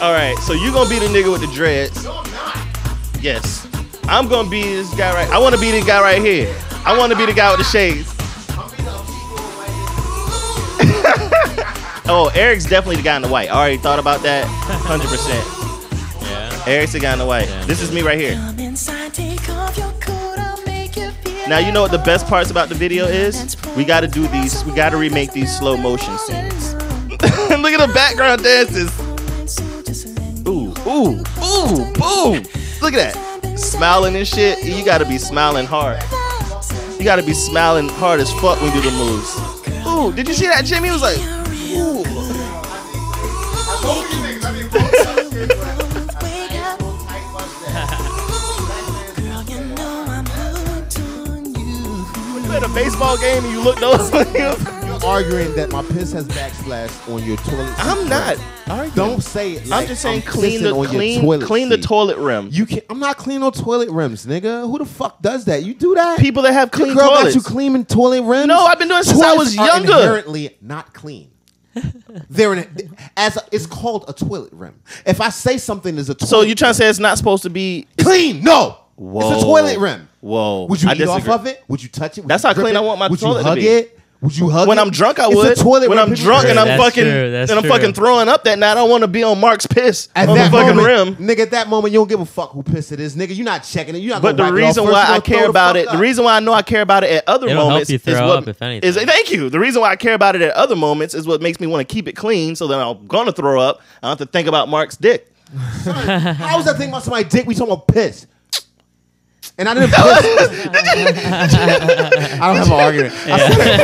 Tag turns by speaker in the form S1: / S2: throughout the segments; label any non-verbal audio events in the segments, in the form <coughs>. S1: All right, so you gonna be the nigga with the dreads? Yes, I'm gonna be this guy right. I want to be the guy right here. I want to be the guy with the shades. <laughs> oh, Eric's definitely the guy in the white. I already thought about that. Hundred percent.
S2: Yeah.
S1: Eric's the guy in the white. This is me right here.
S3: Come inside, take off your coat, I'll make you feel
S1: Now you know what the best parts about the video is? We gotta do these. We gotta remake these slow motion
S2: <laughs>
S1: scenes. Look at the background dances. Ooh, ooh, ooh, boom. Look at that. Smiling and shit. You gotta be smiling hard. You gotta be smiling hard as fuck when you do the moves. Ooh, did you see that, Jimmy? He was like, ooh.
S3: wake up. Girl, you know I'm hooked on you.
S1: You at a baseball game and you look those
S4: Arguing that my piss has backsplash on your toilet.
S1: I'm not.
S4: Don't say
S1: <laughs>
S4: it.
S1: I'm
S4: like
S1: just saying clean the
S4: pissing on your
S1: clean
S4: toilet
S1: clean the
S4: seat.
S1: toilet rim.
S4: You can not I'm not clean on toilet rims, nigga. Who the fuck does that? You do that?
S1: People that have
S4: Your
S1: clean
S4: girl
S1: toilets.
S4: got you cleaning toilet rims.
S1: No, I've been doing it since I
S4: Toilets
S1: was
S4: are
S1: younger.
S4: Inherently not clean. They're in as a, it's called a toilet rim. If I say something is a toilet,
S1: So you trying to say it's not supposed to be?
S4: clean? No, it's
S1: Whoa.
S4: a toilet rim.
S1: Whoa.
S4: would you
S1: I
S4: eat off
S1: disagree.
S4: of it? Would you touch it? Would
S1: That's
S4: you
S1: how
S4: grip
S1: clean
S4: it?
S1: I want my
S4: would
S1: toilet
S4: you
S1: to
S4: hug
S1: be.
S4: It? Would you hug
S1: When
S4: it?
S1: I'm drunk, I
S4: It's a
S1: would.
S4: toilet
S1: when
S4: rim.
S1: I'm
S4: People
S1: drunk and
S4: drink
S1: I'm
S4: it.
S2: That's
S1: fucking
S2: true, that's
S1: and I'm
S2: true.
S1: fucking throwing up that night, I want to be on Mark's piss
S4: At
S1: on the
S4: that
S1: fucking
S4: moment,
S1: rim.
S4: nigga. At that moment, you don't give a fuck who piss it is, nigga. You're not checking it. You're not.
S1: But the
S4: gonna wipe it off.
S1: reason
S4: First
S1: why
S4: you
S1: I
S4: gonna
S1: care
S4: throw the
S1: about
S4: fuck
S1: it, the
S4: up.
S1: reason why I know I care about it at other
S2: It'll help
S1: moments
S2: you
S1: is
S2: throw
S1: what
S2: up, if anything.
S1: is thank you. The reason why I care about it at other moments is what makes me want to keep it clean, so that I'm gonna throw up. I don't have to think about Mark's dick.
S4: How was I thinking about somebody's dick? We talking about piss. And
S1: <laughs>
S4: I didn't piss. I don't have an argument. I said,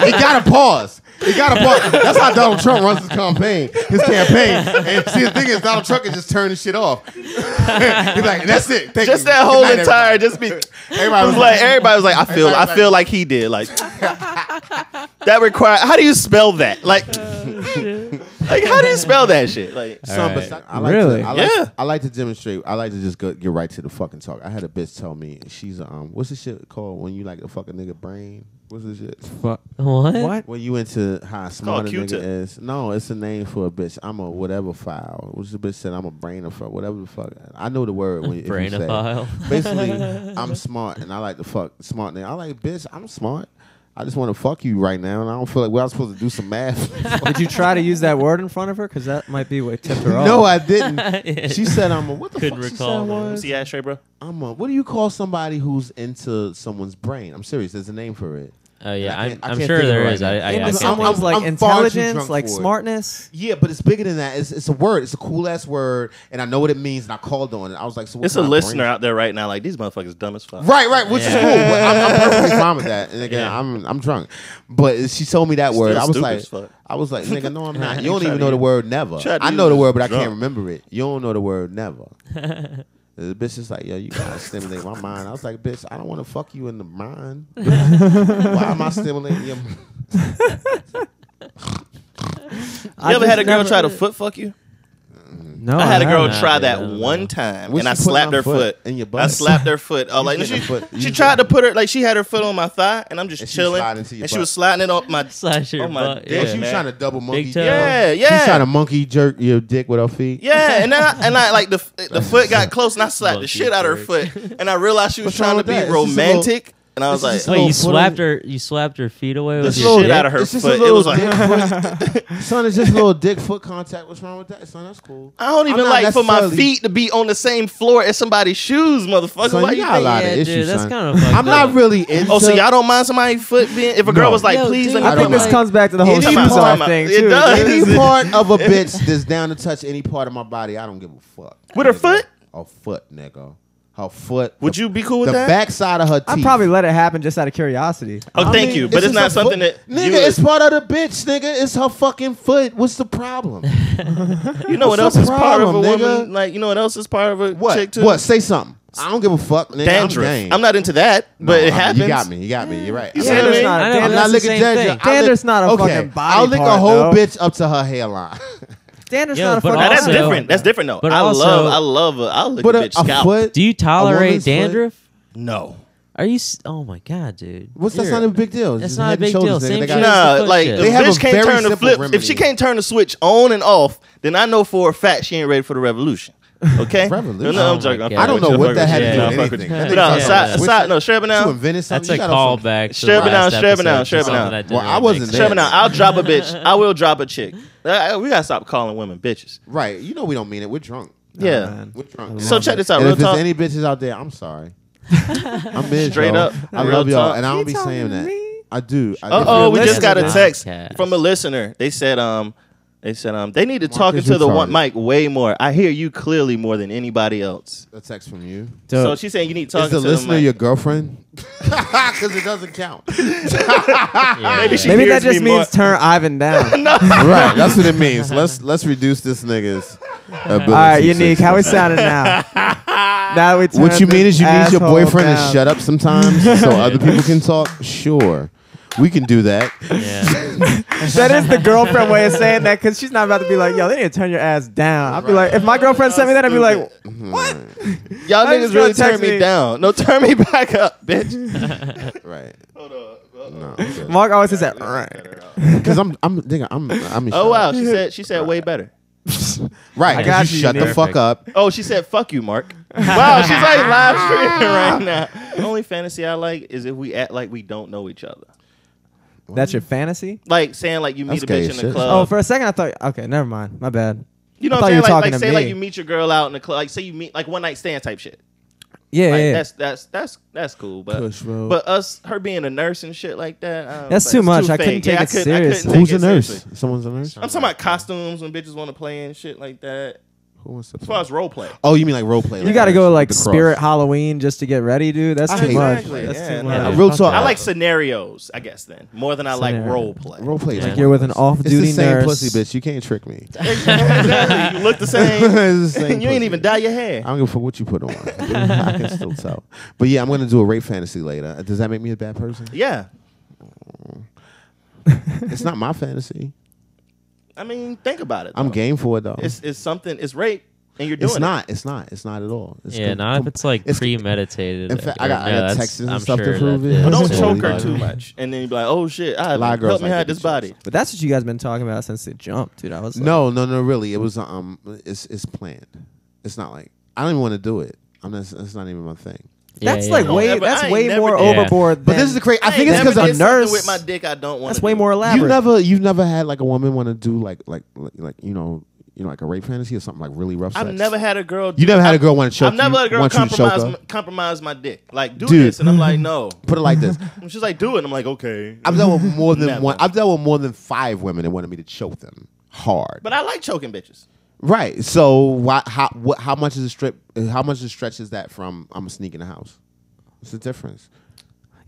S4: no, it got to pause. It got to pause. That's how Donald Trump runs his campaign, his campaign. And see, the thing is, Donald Trump can just turn this shit off. <laughs> He's like, that's it. Thank
S1: Just
S4: you.
S1: that
S4: Good
S1: whole
S4: night,
S1: entire,
S4: everybody."
S1: just be.
S4: <laughs> Everybody
S1: It was like everybody was like, I feel, I
S4: Everybody
S1: feel like he did. Like that require. How do you spell that? Like, <laughs> like how do you spell that shit? Like,
S4: Some,
S2: Alright.
S4: but I like
S5: Really?
S4: To, I like,
S1: Yeah.
S4: I like to demonstrate. I like to just go, get right to the fucking talk. I had a bitch tell me she's um, what's the shit called when you like a fucking nigga brain? What's the shit?
S5: Fuck.
S2: What?
S5: What?
S4: When you into how smart a
S1: called Q-tip.
S4: nigga is, no, it's a name for a bitch. I'm a whatever file. Which the bitch said I'm a brain of fuck, whatever the fuck. I know the word when you, if you say it.
S2: Brainophile.
S4: <laughs> Basically,
S1: <laughs>
S4: I'm smart and I like to fuck smart nigga. I like bitch. I'm smart. I just want to fuck you right now, and I don't feel like we're well, supposed to do some math. <laughs>
S5: Did you try to use that word in front of her? Because that might be what tipped her
S4: <laughs>
S5: off.
S4: no, I didn't. She said I'm a what the
S2: Couldn't
S4: fuck she
S2: recall
S4: said
S2: that.
S4: was?
S1: see ashtray, bro.
S4: I'm a what do you call somebody who's into someone's brain? I'm serious. There's a name for it.
S2: Oh yeah,
S4: I
S2: I'm,
S4: can't- I
S2: I'm
S4: can't
S2: sure
S4: think of it
S2: there
S4: right
S2: is.
S4: now.
S2: I,
S4: It
S2: I, I
S4: was-
S2: can't
S4: I'm-
S2: think
S4: I'm-
S5: Someone's like
S4: far too
S5: intelligence,
S4: drunk
S5: like
S4: for it.
S5: smartness.
S4: Yeah, but it's bigger than that. It's, it's a word. It's a cool ass word, and I know what it means. And I called on it. I was like, so what
S1: It's a
S4: kind of
S1: listener
S4: brain-
S1: out there right now. Like these motherfuckers dumb as fuck.
S4: Right, right, which is cool. But I'm,
S1: <laughs>
S4: I'm perfectly fine with that. And again, I'm I'm drunk. But she told me that word. I was
S1: stupid
S4: like,
S1: as fuck.
S4: I was like, nigga, no,
S1: <laughs>
S4: I'm not. You
S1: You
S4: don't
S1: try
S4: even
S1: to
S4: know the
S1: use-
S4: word never.
S1: try to
S4: I know
S1: use
S4: the
S1: it
S4: word, but I
S1: drunk.
S4: can't remember it. You don't know the
S1: <laughs>
S4: word never. The bitch is like, yo, you gotta stimulate my mind. I was like, bitch, I don't want to fuck you in
S1: <laughs>
S4: the mind. Why am I stimulating your? mind?
S1: You ever had a girl try to foot fuck you?
S5: No,
S1: I had a girl
S5: <laughs>
S2: haven't.
S1: try that
S2: Yeah, I don't
S1: one
S2: know.
S1: time,
S4: What
S1: and I
S4: she put
S1: slapped
S4: my
S1: her
S4: foot
S1: foot.
S4: in your butt?
S1: I slapped her foot. Oh, like
S4: You
S1: she,
S4: put your foot-
S1: she
S4: you
S1: tried to
S4: put-
S1: put her like she had her foot on my thigh, and I'm just
S4: And she
S1: chilling,
S4: slide into your
S1: and she
S4: butt.
S1: was sliding it on my
S2: Slash your
S1: on my
S2: butt,
S1: dick.
S4: Yeah, she was
S1: man.
S4: trying to double monkey.
S2: toe.
S1: Yeah,
S4: She was
S1: yeah.
S4: trying to monkey jerk your dick with her feet.
S1: Yeah, and then I, and I like the the foot got close, and I slapped the shit out of her
S2: Monkey
S1: foot, and I realized she was
S4: What's
S1: trying
S4: wrong
S1: to
S4: with
S1: be
S4: that? It's just a little-
S1: romantic, and I was like,
S4: just a
S2: Wait,
S4: little
S2: you
S4: foot on
S2: slapped
S4: the-
S2: her. You slapped her feet away
S1: the
S2: with your
S1: shit
S2: dick?
S1: out of her
S4: It's just a
S1: foot. It
S4: little
S1: was like <laughs>
S4: dick <laughs> foot- son, it's just a little dick foot contact. What's wrong with that? Son, that's cool.
S1: I don't even
S4: I'm not
S1: like for my
S4: necessarily-
S1: feet to be on the same floor as somebody's shoes, motherfucker.
S4: Son,
S1: Why
S4: you
S1: you
S4: got a
S1: think-
S4: lot
S2: Yeah,
S4: of
S2: dude,
S4: issues.
S2: that's
S4: son.
S2: kinda fucked
S4: I'm not
S2: up.
S4: really into.
S1: Oh, so y'all don't mind somebody's foot being? If a girl
S4: No.
S1: was like,
S3: Yo,
S1: "Please, let
S3: dude,
S1: me
S5: I
S1: put
S5: think
S1: my-
S5: this comes back to the whole
S1: Any
S5: shoes
S1: part-
S5: off thing
S1: it
S5: too.
S1: does.
S5: dude.
S4: any part of a bitch that's down to touch any part of my body, I don't give a fuck.
S1: With her
S4: nigga.
S1: foot?
S4: Her foot, nigga. Her foot.
S1: Would
S4: the-
S1: you be cool with
S4: The
S1: that?
S4: backside of her teeth.
S5: I probably let it happen just out of curiosity.
S1: oh,
S4: I
S1: thank
S4: mean,
S1: you, but it's,
S4: just her
S1: not something
S4: foot.
S1: that
S4: Nigga,
S1: you,
S4: it's part of the bitch, nigga. It's her fucking foot. What's
S1: <laughs>
S4: the problem?
S1: you know what else
S4: what's
S1: is
S4: the
S1: part of a
S4: problem,
S1: woman?
S4: nigga?
S1: Like you know what else is part of a chick
S4: What?
S1: too?
S4: What? Say something. I don't give a fuck, nigga.
S1: dandruff?
S4: I'm,
S1: I'm,
S4: game.
S1: not into that, but it
S4: I mean,
S1: happens.
S4: You got me. You got me. You're right.
S1: You
S4: I'm
S1: see what I
S4: not-
S1: mean?
S5: Dander's not
S2: I
S5: a,
S2: know,
S4: I'm
S5: dan-
S2: that's
S4: not
S2: the
S4: looking
S2: same
S4: dandruff.
S2: thing.
S4: I lick-
S5: Dander's not a
S4: okay.
S5: fucking body
S4: I'll lick a
S5: part,
S4: whole
S5: though.
S4: bitch up to her hairline.
S5: Dander's
S2: Yeah,
S5: not a
S2: but
S5: fucking
S1: Now, that's
S2: Also-
S5: body
S1: different. That's different though.
S2: But
S1: I
S2: also-
S1: love. I love. A, I look
S4: But
S1: a
S4: a,
S1: bitch
S4: a
S1: scalp.
S4: foot.
S2: Do you
S4: a woman's
S2: tolerate
S4: foot-
S2: dandruff?
S1: No.
S2: Are you? s- Oh my god, dude.
S4: What's that's
S2: You're-
S4: not a big deal. It's
S2: That's
S4: just
S2: not a
S4: head and
S2: big deal.
S4: shoulders, nigga.
S2: Same
S4: They
S2: shit.
S4: got-
S2: Nah,
S1: Nah,
S2: Just the
S1: like
S2: foot
S1: if
S2: shit. They
S4: have a
S1: bitch can't
S4: very
S1: turn the
S4: simple
S1: flip. If
S4: remedy.
S1: she can't turn the switch on and off, then I know for a fact she ain't ready for the revolution. Okay,
S4: Revolution?
S1: No, no,
S2: Oh
S1: I'm
S2: my
S1: joking. I'm
S2: God.
S1: fucking
S4: I don't
S1: with
S4: know
S1: you.
S4: what
S1: I'm
S4: that had
S1: fucking
S4: to do
S1: with you. I'm
S4: with
S1: fucking with
S4: anything. That
S1: you.
S4: nigga
S1: No,
S4: found
S1: aside,
S4: a switch
S1: aside, no,
S4: to
S1: Sherbinow.
S4: invented something.
S2: That's a
S4: You gotta fucking-
S2: callback.
S1: Shut up now, shut up now, shut up now.
S4: Well, I wasn't there.
S1: Sherbinow, I'll drop a bitch. I will drop a chick. Uh, We gotta stop calling women bitches.
S4: Right. You know we don't mean it. We're drunk.
S5: Oh,
S1: Yeah.
S4: We're drunk.
S1: So check this out.
S4: And
S1: Real
S4: if there's
S1: talk.
S4: any bitches out there, I'm sorry. I'm mid,
S1: Straight
S4: y'all.
S1: up.
S4: I
S1: Real
S4: love y'all,
S1: talk.
S4: and I
S5: You
S4: don't be
S5: talking
S4: saying
S5: to
S4: that.
S5: me?
S4: I do. I
S1: Uh
S4: do.
S1: oh, we
S2: Listen
S1: just got a
S2: to
S1: text
S2: podcast.
S1: from a listener. They said um they said um they need to talk
S4: is
S1: into the
S4: retarded.
S1: one mic way more. I hear you clearly more than anybody else.
S4: a text from you.
S1: So
S5: Dope.
S1: she's saying you need to talk
S4: Is
S1: into
S4: the
S1: the
S4: listener
S1: mic.
S4: your girlfriend? Because it doesn't count.
S1: Maybe she
S5: Maybe
S1: hears
S5: that just
S1: me more.
S5: means turn
S1: <laughs>
S5: Ivan down.
S4: right. That's what it means. Let's let's reduce this nigga's ability.
S5: All right,
S4: to-
S5: unique. How we sounding now?
S1: <laughs>
S5: now we.
S4: What
S5: turn
S4: you mean is you
S5: this
S4: need your
S5: asshole
S4: boyfriend to
S5: down.
S4: shut up sometimes <laughs> so other people can talk? Sure. We can do that.
S2: Yeah.
S5: That
S2: <laughs>
S5: is the girlfriend way of saying that because she's not about to be like, yo, they need to turn your ass down. I'd be like, if my girlfriend sent me that, I'd be like, what?
S1: Y'all
S5: I
S1: niggas really
S5: just got a text
S1: turn me,
S5: me.
S1: down. No, turn me <laughs> back up, bitch.
S4: Right.
S1: Hold up.
S4: No.
S5: Mark always says that. "Alright."
S4: Because I'm I'm nigga, I'm I'm in
S1: Oh
S4: shock.
S1: wow, she said she said way better.
S4: Right.
S5: I
S4: 'cause
S5: got
S4: you
S5: you,
S4: shut the
S5: Nick.
S4: fuck up.
S1: Oh, she said fuck you, Mark. Wow, she's like live streaming right now. The only fantasy I like is if we act like we don't know each other.
S5: That's your fantasy?
S1: Like saying like you meet
S4: That's
S1: a bitch
S4: gay
S1: in
S4: as
S1: the
S4: shit.
S1: club.
S5: Oh, for a second I thought, okay, never mind. My bad.
S1: You know
S5: I
S1: what I'm
S5: thought
S1: saying?
S5: you were
S1: Like, like
S5: talking to
S1: say like
S5: me.
S1: you meet your girl out in the club, like say you meet like one night stand type shit.
S5: Yeah,
S1: Like
S5: yeah, yeah.
S1: that's that's that's that's cool, but
S4: Push, bro.
S1: but us her being a nurse and shit like that, I don't-
S5: That's
S1: like,
S5: too
S1: it's
S5: much. I couldn't
S1: fake.
S5: take
S1: yeah, I
S5: it
S1: couldn't, I couldn't
S5: seriously.
S1: take
S4: Who's
S1: it
S4: a nurse?
S1: seriously.
S4: Someone's a nurse?
S1: I'm talking about costumes when bitches want to play and shit like that.
S4: Who wants to
S1: As far as role play,
S4: Oh, you mean like role play?
S5: you got to go like
S4: the cross.
S5: Spirit Halloween just to get ready, dude. That's
S4: I
S5: too
S4: hate
S5: much.
S4: Exactly.
S5: That's
S1: Yeah,
S5: too
S1: man.
S5: much.
S1: I-
S4: Real talk.
S1: I like scenarios, I guess. Then more than I like
S5: Scenario.
S1: role play.
S4: role play.
S2: Like
S5: You're with an
S4: It's the
S5: off-duty
S4: same
S5: nurse.
S4: pussy bitch. You can't trick me.
S1: <laughs>
S4: <laughs>
S1: exactly. You look the
S4: It's <laughs>
S1: same.
S4: the same
S1: you ain't
S4: pussy.
S1: even dye your hair.
S4: I don't give a fuck what you
S1: <laughs>
S4: put on. I can still tell. But yeah, I'm gonna do a rape fantasy later. Does that make me a bad person?
S1: Yeah,
S4: It's not my fantasy.
S1: I mean, think about it.
S4: I'm
S1: though.
S4: game for it though.
S1: It's it's something. It's rape, and you're doing
S4: It's
S1: it.
S4: not. It's not. It's not at all. It's
S2: Yeah,
S4: com-
S2: not if
S4: com-
S2: it's like
S4: it's-
S2: premeditated.
S4: in fact, I
S2: or-
S4: got- I got
S2: that's-
S4: texts and
S2: I'm
S4: stuff to
S2: sure
S4: prove
S2: that-
S4: it.
S2: yeah,
S4: But
S2: that's
S1: Don't
S4: Yeah.
S2: what
S1: choke
S2: we
S1: her
S2: do.
S1: too much, and then you be like, "Oh shit, I
S4: A lot of girls
S1: help me
S4: like
S1: hide
S4: to
S1: this
S4: be
S1: body."
S5: But that's what you guys been talking about since the jump, dude. I was like,
S4: No, no, no. Really, it was um. It's it's planned. It's not like I don't even want to do it. I'm not. It's not even my thing.
S2: Yeah,
S5: that's
S2: yeah,
S5: like
S2: yeah.
S5: way
S1: Don't ever- Oh, I
S5: that's
S1: ain't
S5: way
S1: never
S5: more
S1: did
S2: that.
S5: overboard.
S4: But this is the crazy. I think it's
S1: ain't
S4: because
S1: never
S4: a
S1: did something
S4: nurse.
S1: with my dick. I don't want.
S5: that's way more elaborate.
S4: You never. You've never had like a woman want to do like like like like, you know you know like a rape fantasy or something like really rough.
S1: I've
S4: sex?
S1: never had a girl.
S4: You never had a girl want to choke.
S1: I've never
S4: you,
S1: had a girl
S4: want you to choke
S1: compromise
S4: her?
S1: my, compromise my dick. Like do
S4: Dude.
S1: this, and I'm like, no.
S4: Put it
S1: <laughs>
S4: like this.
S1: And she's like, do it. And I'm like, okay.
S4: I've dealt with more than
S1: Never.
S4: one. I've dealt with more than five women that wanted me to choke them hard.
S1: But I like choking bitches.
S4: right. So why, how what, how much is a strip? How much is stretch is that from? I'm a sneak in the house. What's the difference?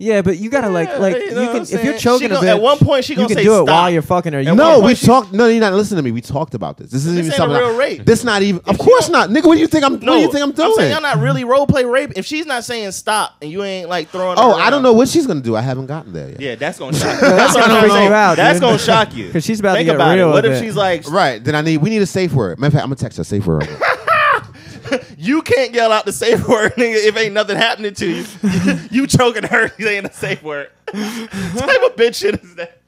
S5: Yeah, but you gotta like like
S1: you
S5: you,
S1: know what I'm
S5: can if
S1: saying?
S5: you're
S1: She
S5: choking a
S1: gon-
S5: bitch,
S1: at one point she
S5: you
S1: gonna
S5: can
S1: say
S5: do it
S1: stop.
S5: while you're fucking her. You
S1: one
S4: No,
S1: point
S4: we
S1: she-
S4: talked. No, you're not listening to me. We talked about this. This isn't
S1: This
S4: even
S1: ain't a
S4: something.
S1: real
S4: I-
S1: rape.
S4: This not even. Of course not, nigga. What do you think I'm?
S1: No,
S4: what do you think I'm doing?
S1: saying y'all not really role play rape. If she's not saying stop, and you ain't like throwing. her
S4: oh, I
S1: around.
S4: don't know what she's gonna do. I haven't gotten there yet.
S1: Yeah, that's
S4: <laughs>
S1: gonna shock. you. that's
S5: gonna
S1: what I'm
S5: freak
S1: saying.
S5: you out,
S1: That's
S5: dude.
S1: gonna shock you
S5: 'Cause she's about to
S1: Think
S5: get
S1: about
S5: real
S1: It. What
S5: with
S1: if
S5: it.
S1: she's like,
S4: Right. Then I need. We need a safe word. Matter of fact, I'm gonna text her a safe word. <laughs> right now.
S1: You can't yell out the safe word, nigga, if ain't nothing happening to you. <laughs> you choking her, you ain't the safe word. <laughs> What type of bitch shit is that?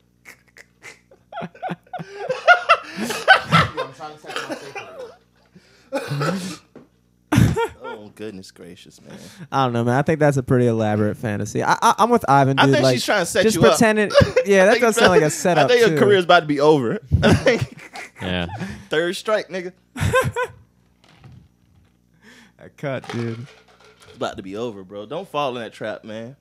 S1: Oh goodness gracious, man!
S5: I don't know, man. I think that's a pretty elaborate fantasy. I, I, I'm with Ivan. Dude.
S1: I think
S5: like,
S1: she's trying to set
S5: just
S1: you up. <laughs>
S5: pretending, Yeah, that does sound like a setup.
S1: I think
S5: too.
S1: your career's about to be over. <laughs> I think-
S2: Yeah.
S1: Third strike, nigga,
S5: cut, dude.
S1: it's about to be over, bro. Don't fall in that trap, man.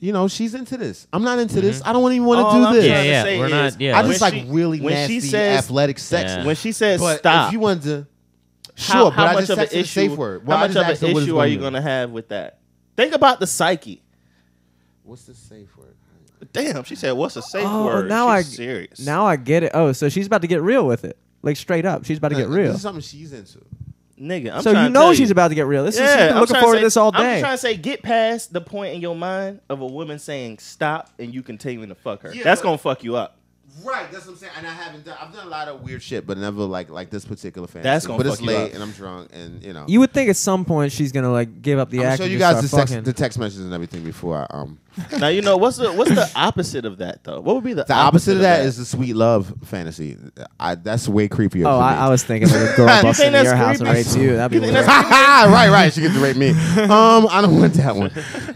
S4: you know, she's into this. I'm not into this. I don't even want to
S1: Mm-hmm. All
S4: do
S1: I'm
S4: this.
S1: trying to
S2: Yeah,
S1: say
S2: we're
S1: is,
S2: not- yeah.
S4: I
S2: When
S4: just like
S1: she-
S4: really
S1: when she
S4: nasty
S1: says-
S4: athletic sex.
S2: Yeah.
S1: When she says
S4: But
S1: stop,
S4: if you wanted to,
S1: how,
S4: sure.
S1: how
S4: but I
S1: much
S4: just
S1: of an
S4: texted a
S1: issue?
S4: safe word. Well,
S1: how
S4: I
S1: much
S4: just
S1: of
S4: asked her
S1: an
S4: what
S1: issue
S4: it's
S1: are you
S4: gonna
S1: gonna have with that? Think about the psyche.
S4: be. What's the safe word?
S1: Damn, she said, "What's a safe
S5: Oh,
S1: word?"
S5: now
S1: She's
S5: I
S1: serious.
S5: now I get it. Oh, so she's about to get real with it, like straight up. She's about to get real.
S4: This is something she's into.
S1: nigga, I'm
S5: so
S1: trying
S5: you
S1: to
S5: know
S1: tell
S5: she's
S1: you.
S5: about to get real. This is she's
S1: Yeah,
S5: been
S1: I'm
S5: looking
S1: trying
S5: forward
S1: say,
S5: to this all
S1: I'm just
S5: day.
S1: trying to say, get past the point in your mind of a woman saying stop and you continuing to fuck her. That's gonna fuck you up.
S4: Right, that's what I'm saying. And I haven't done. I've done a lot of weird shit, but never like like this particular fantasy.
S1: That's gonna
S4: but
S1: fuck
S4: it's
S1: you
S4: late
S1: up.
S4: and I'm drunk and you know.
S5: You would think at some point she's gonna like give up the
S4: I'm
S5: act.
S4: show
S5: and
S4: you
S5: just
S4: guys the
S5: start
S4: text, the
S5: fucking.
S4: text messages and everything before I
S1: <laughs>
S4: um.
S1: Now you know what's the what's
S4: <laughs>
S1: the opposite of that though? What would be the,
S4: The opposite of that is the sweet love fantasy. I that's way creepier.
S5: Oh,
S4: for
S5: I,
S4: me.
S5: I was thinking like a
S1: <laughs>
S5: girl
S1: You
S5: busts
S1: think that's
S5: into your house and
S1: creepy?
S5: rapes you. That'd be
S1: think
S4: <laughs>
S5: weird.
S1: that's-
S4: right, right. She gets to
S1: <laughs>
S4: rape me. Um, I don't want that one.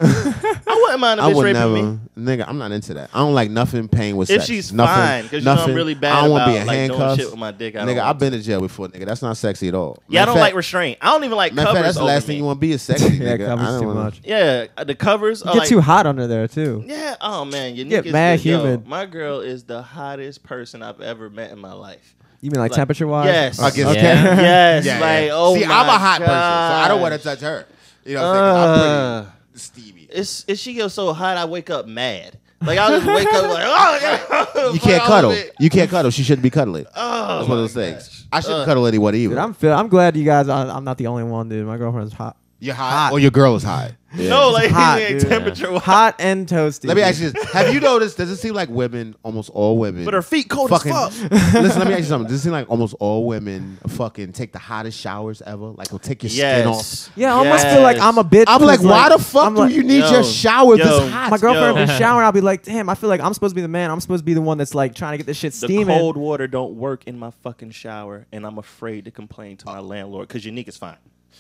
S1: I wouldn't mind a
S4: I
S1: bitch
S4: would
S1: raping
S4: never,
S1: me.
S4: nigga. I'm not into that. I don't like nothing pain with
S1: If
S4: sex.
S1: she's
S4: nothing,
S1: fine, because you know
S4: nothing.
S1: I'm really bad
S4: I don't wanna
S1: about
S4: be in
S1: like doing
S4: handcuffs.
S1: shit with my dick. I don't
S4: nigga,
S1: want
S4: I've been to jail before, nigga. That's not sexy at all.
S1: Yeah, I
S4: Matter
S1: don't
S4: of
S1: like
S4: fact-
S1: restraint. I don't even like
S4: Matter
S1: covers.
S4: of fact, that's the
S1: over
S4: last
S1: me.
S4: thing you want to be is sexy,
S5: yeah,
S4: nigga. I
S5: covers
S4: don't
S5: too
S4: wanna-
S5: much.
S1: Yeah, uh, the covers
S5: You
S1: are
S5: get
S1: like,
S5: too hot under there too.
S1: Yeah, oh man, your
S5: get
S1: niggas
S5: mad
S1: is- yo,
S5: humid.
S1: my girl is the hottest person I've ever met in my life.
S5: You mean like,
S1: Like-
S5: temperature wise?
S1: Yes.
S4: I guess-
S1: Yeah.
S4: Okay.
S5: <laughs>
S1: Yes.
S4: Yeah,
S1: like,
S4: yeah.
S1: oh
S4: See,
S1: my
S4: I'm a hot person, so I don't
S1: gosh.
S4: want to touch her. You know, what I'm saying? 'Cause
S1: Uh.
S4: I'm pretty Stevie.
S1: It's, it's she goes so hot, I wake up mad. Like I just wake up like, oh, <laughs> God.
S4: You can't
S1: Fuck
S4: cuddle.
S1: all of it.
S4: You can't cuddle. She shouldn't be cuddling.
S1: Oh,
S4: That's one of those
S1: my
S4: things.
S1: gosh.
S4: I shouldn't
S1: Uh,
S4: cuddle anybody either.
S5: Dude, I'm feel, I'm glad you guys. I, I'm not the only one, dude. My girlfriend's hot,
S4: You're hot, or your girl is hot.
S1: No, like <laughs>
S5: hot,
S1: yeah,
S5: dude.
S1: temperature wise.
S5: hot and toasty.
S4: Let me ask you this: Have you noticed? Does it seem like women, almost all women,
S1: But her feet cold
S4: fucking? <laughs>
S1: as Oh, fuck.
S4: listen, let me ask you something. Does it seem like almost all women fucking take the hottest showers ever? Like, will take your skin off.
S1: Yes.
S5: Yeah, I almost feel like
S1: Yes.
S5: I'm a bitch.
S4: I'm like,
S5: 'cause,
S4: why the fuck
S5: I'm
S4: do
S5: like-
S4: you need
S1: Yo,
S4: your shower
S1: yo,
S4: this hot?
S5: My girlfriend
S1: Yo.
S5: will be showering. I'll be like, damn, I feel like I'm supposed to be the man. I'm supposed to be the one that's like trying to get this shit
S1: The
S5: steaming.
S1: cold water don't work in my fucking shower, and I'm afraid to complain to my landlord because Unique is fine.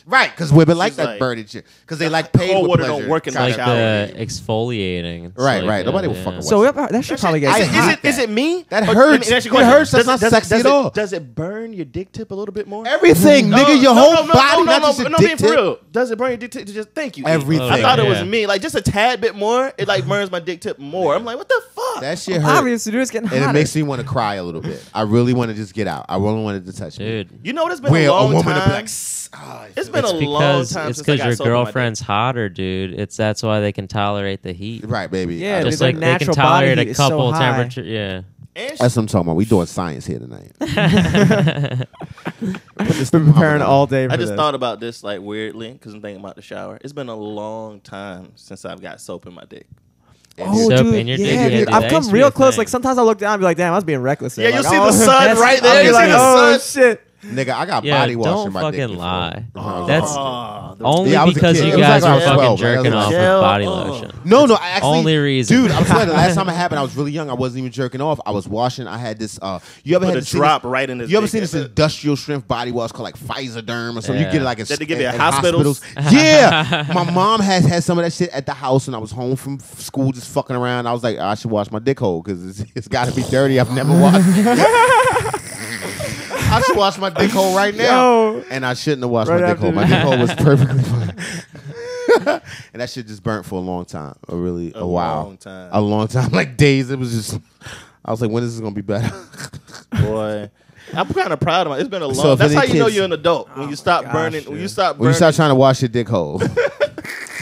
S4: right? Because women like
S1: She's
S4: that
S1: like-
S4: burning shit. Because they like paid
S1: Cold
S4: with
S1: water
S4: pleasure.
S1: don't work in
S4: Kinda
S1: my
S2: like
S1: shower.
S2: the exfoliating. It's
S4: Right,
S2: like
S4: right.
S2: that,
S4: Nobody will
S2: yeah.
S4: fucking
S5: so we- that should probably
S4: I
S5: get.
S1: Is
S4: hate
S1: it, is,
S5: hot.
S1: it, is it me?
S4: That
S1: Or-
S4: hurts.
S1: let me ask you a
S4: It
S1: question.
S4: hurts. That's
S1: Does
S4: not
S1: does
S4: sexy
S1: does
S4: at all.
S1: Does it burn your dick tip a little bit more?
S4: <laughs> Everything, nigga, your whole body, not just your
S1: no,
S4: dick
S1: man,
S4: tip.
S1: for real. Does it burn your dick tip? Just thank you. E.
S4: Everything.
S1: I thought it was
S2: Yeah.
S1: me. Like just a tad bit more. It
S4: <laughs>
S1: like burns my dick tip more. I'm like, what the fuck?
S4: That shit hurt,
S5: Obviously, dude, it's getting
S4: and
S5: hot.
S4: it makes me want to cry a little bit. I really want to just get out. I really wanted to touch me.
S2: Dude,
S1: you know it's been
S4: Where
S1: a
S4: a
S1: long
S4: woman would
S1: time.
S4: be like, "Sss, ah, I
S1: it's
S4: feel
S1: been
S4: it."
S1: a long
S2: because
S1: time
S2: it's
S1: since I
S2: because
S1: got
S2: your
S1: sober on my dick.
S2: girlfriend's hotter, dude. It's that's why they can tolerate the heat.
S4: right, baby.
S5: Yeah,
S4: I just-
S5: dude,
S2: Just
S5: their
S2: like they can
S5: natural body
S2: tolerate
S5: heat
S2: a
S5: is so
S2: couple
S5: high.
S2: temperature. Yeah. <laughs>
S1: And she-
S4: that's what I'm talking about. We doing science here
S1: <laughs>
S4: tonight.
S5: been preparing all day. For
S1: I just
S5: this.
S1: thought about this like weirdly because I'm thinking about the shower. It's been a long time since I've got soap in my dick.
S5: Oh,
S2: Soap
S5: dude,
S2: in your dick,
S5: yeah,
S2: yeah,
S5: dude.
S2: dude,
S5: I've
S2: that
S5: come
S2: used to be
S5: real
S2: a
S5: close.
S2: thing.
S5: Like sometimes I look down and be like, damn, I was being reckless. there.
S1: Yeah, you
S5: Like,
S1: see the
S5: oh,
S1: sun
S5: that's-
S1: right
S5: I'll
S1: there.
S5: be
S1: You see
S5: like,
S1: the
S5: oh
S1: sun.
S5: shit.
S4: Nigga, I got
S2: Yeah,
S4: body wash
S2: don't
S4: in my dick
S2: fucking
S4: before.
S2: lie.
S4: Uh-huh.
S2: That's-
S1: Oh, the-
S2: Only
S4: Yeah, I was a
S2: because
S4: kid. It
S2: you
S4: was
S2: guys
S4: like I
S2: are
S4: was
S2: fucking
S4: 12, right? I was
S2: jerking
S4: like-
S2: off
S1: Chill,
S2: with body
S1: uh.
S2: lotion.
S4: <laughs> No, no. I actually,
S2: Only reason.
S4: dude. I'm sweating.
S2: <laughs>
S4: The last time I happened, I was really young. I wasn't even jerking off. I was washing. I had this. Uh, you ever
S1: Put
S4: had
S1: a
S4: this thing-
S1: drop right in his
S4: You ever
S1: dick.
S4: seen this industrial strength body wash called like Pfizer-Derm or something? You
S2: Yeah.
S4: get it like in,
S1: That they give you
S4: in-
S1: at
S4: in
S1: hospitals? <laughs>
S4: yeah, my mom has had some of that shit at the house, and I was home from f- school just fucking around. I was like, I should wash my dick hole because it's, it's got to be dirty. I've never
S5: <laughs>
S4: washed. <laughs> I should wash my dick hole right now,
S5: Yo.
S4: and I shouldn't have washed
S5: Right
S4: my dick
S5: after
S4: hole. My
S5: this.
S4: dick hole was
S5: <laughs>
S4: perfectly fine. <laughs> and that shit just burnt for a long time, a really a,
S1: A
S4: while,
S1: long time.
S4: a long time, <laughs> like days. It was just, I was like, when is this gonna be better? <laughs>
S1: Boy. I'm kind of proud of it. It's been a long.
S4: So if
S1: that's
S4: any
S1: how you know
S4: kids-
S1: you're an adult when you stop
S5: gosh,
S1: burning. When
S5: dude.
S1: you stop burning,
S4: when you start trying to wash your dick hole, <laughs>